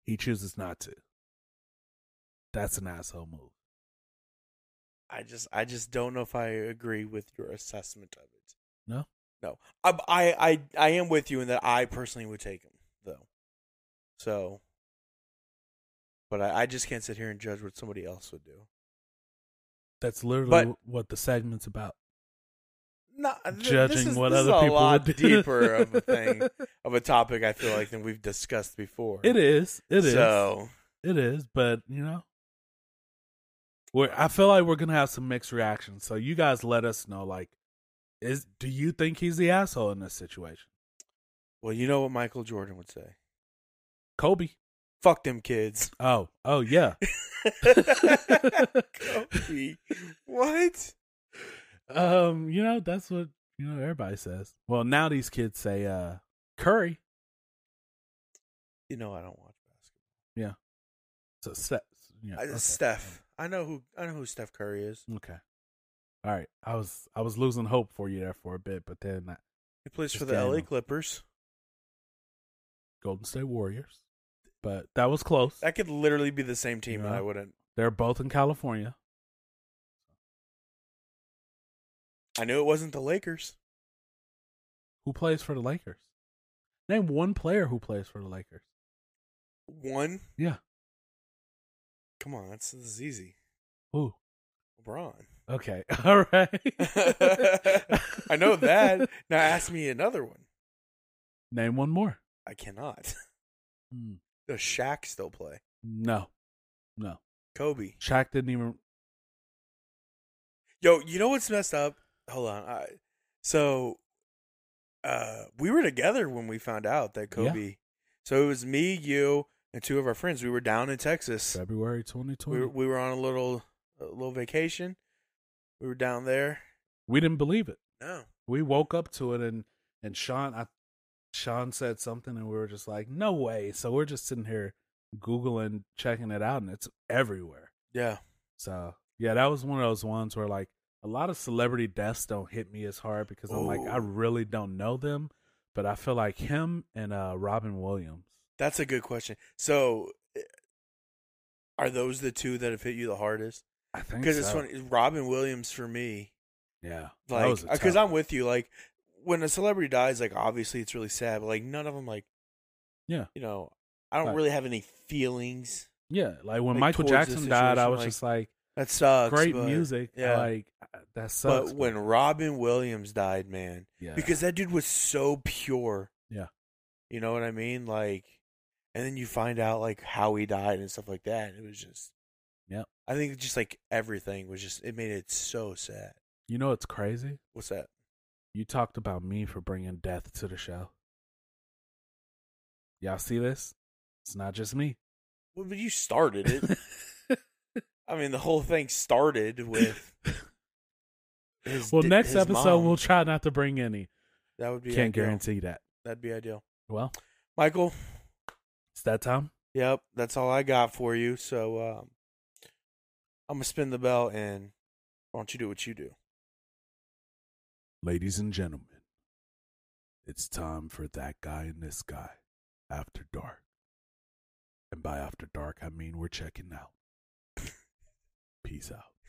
[SPEAKER 1] He chooses not to. That's an asshole move.
[SPEAKER 2] I just, I just don't know if I agree with your assessment of it.
[SPEAKER 1] No?
[SPEAKER 2] No, I, I, I, I am with you in that I personally would take him though. So, but I, I just can't sit here and judge what somebody else would do.
[SPEAKER 1] That's literally
[SPEAKER 2] But-
[SPEAKER 1] what the segment's about.
[SPEAKER 2] Not th-
[SPEAKER 1] judging
[SPEAKER 2] this is,
[SPEAKER 1] what
[SPEAKER 2] this is
[SPEAKER 1] other
[SPEAKER 2] a
[SPEAKER 1] people
[SPEAKER 2] lot
[SPEAKER 1] would do.
[SPEAKER 2] deeper of a thing of a topic. I feel like than we've discussed before.
[SPEAKER 1] *laughs* It is. It is.
[SPEAKER 2] So
[SPEAKER 1] It is, but you know, we I feel like we're gonna have some mixed reactions. So you guys let us know. Like, is do you think he's the asshole in this situation?
[SPEAKER 2] well, you know what Michael Jordan would say:
[SPEAKER 1] Kobe.
[SPEAKER 2] "Fuck them
[SPEAKER 1] *laughs*
[SPEAKER 2] kids." *laughs*
[SPEAKER 1] Oh, oh yeah. *laughs*
[SPEAKER 2] Kobe. What?
[SPEAKER 1] um, you know that's what you know everybody says. Well, now these kids say uh Curry.
[SPEAKER 2] You know I don't watch basketball.
[SPEAKER 1] So Steph. Yeah,
[SPEAKER 2] I,
[SPEAKER 1] okay.
[SPEAKER 2] Uh,
[SPEAKER 1] Um,
[SPEAKER 2] Steph. I know who I know who Steph Curry is.
[SPEAKER 1] Okay. All right. I was I was losing hope for you there for a bit, but then uh, I,
[SPEAKER 2] He plays
[SPEAKER 1] Just
[SPEAKER 2] for the LA
[SPEAKER 1] Daniel.
[SPEAKER 2] Clippers.
[SPEAKER 1] Golden State Warriors, but that was close.
[SPEAKER 2] That could literally be the same team, and
[SPEAKER 1] Yeah.
[SPEAKER 2] I wouldn't.
[SPEAKER 1] They're both in California.
[SPEAKER 2] I knew it wasn't the Lakers.
[SPEAKER 1] Who plays for the Lakers? Name one player who plays for the Lakers.
[SPEAKER 2] One,
[SPEAKER 1] Yeah.
[SPEAKER 2] come on, that's this is easy.
[SPEAKER 1] Ooh.
[SPEAKER 2] LeBron.
[SPEAKER 1] Okay. *laughs* All right.
[SPEAKER 2] *laughs* I
[SPEAKER 1] *laughs*
[SPEAKER 2] know that. Now ask me another one.
[SPEAKER 1] Name one more.
[SPEAKER 2] I cannot. *laughs*
[SPEAKER 1] Hmm.
[SPEAKER 2] Does Shaq still play?
[SPEAKER 1] No. No.
[SPEAKER 2] Kobe.
[SPEAKER 1] Shaq didn't even.
[SPEAKER 2] Yo, you know what's messed up? Hold on. I, so, uh, we were together when we found out that
[SPEAKER 1] Yeah.
[SPEAKER 2] Kobe. So it was me, you, and two of our friends. We were down in Texas.
[SPEAKER 1] February
[SPEAKER 2] We
[SPEAKER 1] 2020.
[SPEAKER 2] were,
[SPEAKER 1] We,
[SPEAKER 2] we were on a little a little vacation. We were down there.
[SPEAKER 1] didn't believe it.
[SPEAKER 2] No,
[SPEAKER 1] We woke up to it and and Sean I Sean said something and we were just like, "No way." So we're just sitting here googling, checking it out and it's everywhere.
[SPEAKER 2] yeah,
[SPEAKER 1] So, yeah, that was one of those ones where like a lot of celebrity deaths don't hit me as hard because I'm like I
[SPEAKER 2] Ooh.
[SPEAKER 1] really don't know them, but I feel like him and uh Robin Williams.
[SPEAKER 2] that's a good question. So, eh, are those the two that have hit you the hardest?
[SPEAKER 1] I think
[SPEAKER 2] Because it's
[SPEAKER 1] so.
[SPEAKER 2] funny. Robin Williams for me.
[SPEAKER 1] Yeah. that
[SPEAKER 2] like uh,
[SPEAKER 1] was a
[SPEAKER 2] because
[SPEAKER 1] tough-
[SPEAKER 2] I'm with you. Like when a celebrity dies, like obviously it's really sad, but like none of them, like
[SPEAKER 1] Yeah.
[SPEAKER 2] you know, I don't
[SPEAKER 1] Right.
[SPEAKER 2] really have any feelings.
[SPEAKER 1] Yeah, like when
[SPEAKER 2] like,
[SPEAKER 1] Michael
[SPEAKER 2] towards the
[SPEAKER 1] Jackson died, I
[SPEAKER 2] situation,
[SPEAKER 1] was
[SPEAKER 2] like,
[SPEAKER 1] just like
[SPEAKER 2] That sucks.
[SPEAKER 1] great
[SPEAKER 2] but-
[SPEAKER 1] music.
[SPEAKER 2] yeah.
[SPEAKER 1] Like uh, that sucks.
[SPEAKER 2] but when Robin Williams died, man,
[SPEAKER 1] yeah.
[SPEAKER 2] because that dude was so pure.
[SPEAKER 1] Yeah.
[SPEAKER 2] you know what I mean. Like, and then you find out like how he died and stuff like that. It was just,
[SPEAKER 1] Yep.
[SPEAKER 2] I think just like everything was just it made it so sad.
[SPEAKER 1] you know it's crazy?
[SPEAKER 2] What's that?
[SPEAKER 1] You talked about me for bringing death to the show. Y'all see this? It's not just me.
[SPEAKER 2] Well, but you started it.
[SPEAKER 1] *laughs*
[SPEAKER 2] I mean, the whole thing started with. His,
[SPEAKER 1] well,
[SPEAKER 2] di-
[SPEAKER 1] next
[SPEAKER 2] his
[SPEAKER 1] episode
[SPEAKER 2] mom.
[SPEAKER 1] we'll try not to bring any.
[SPEAKER 2] that would be
[SPEAKER 1] Can't
[SPEAKER 2] ideal.
[SPEAKER 1] guarantee that.
[SPEAKER 2] That'd be ideal.
[SPEAKER 1] Well,
[SPEAKER 2] Michael,
[SPEAKER 1] it's that time.
[SPEAKER 2] yep, that's all I got for you. So um, I'm gonna spin the bell, and why don't you do what you do?
[SPEAKER 1] Ladies and gentlemen, it's time for that guy and this guy after dark. And by after dark, I mean we're checking out. *laughs* Peace out.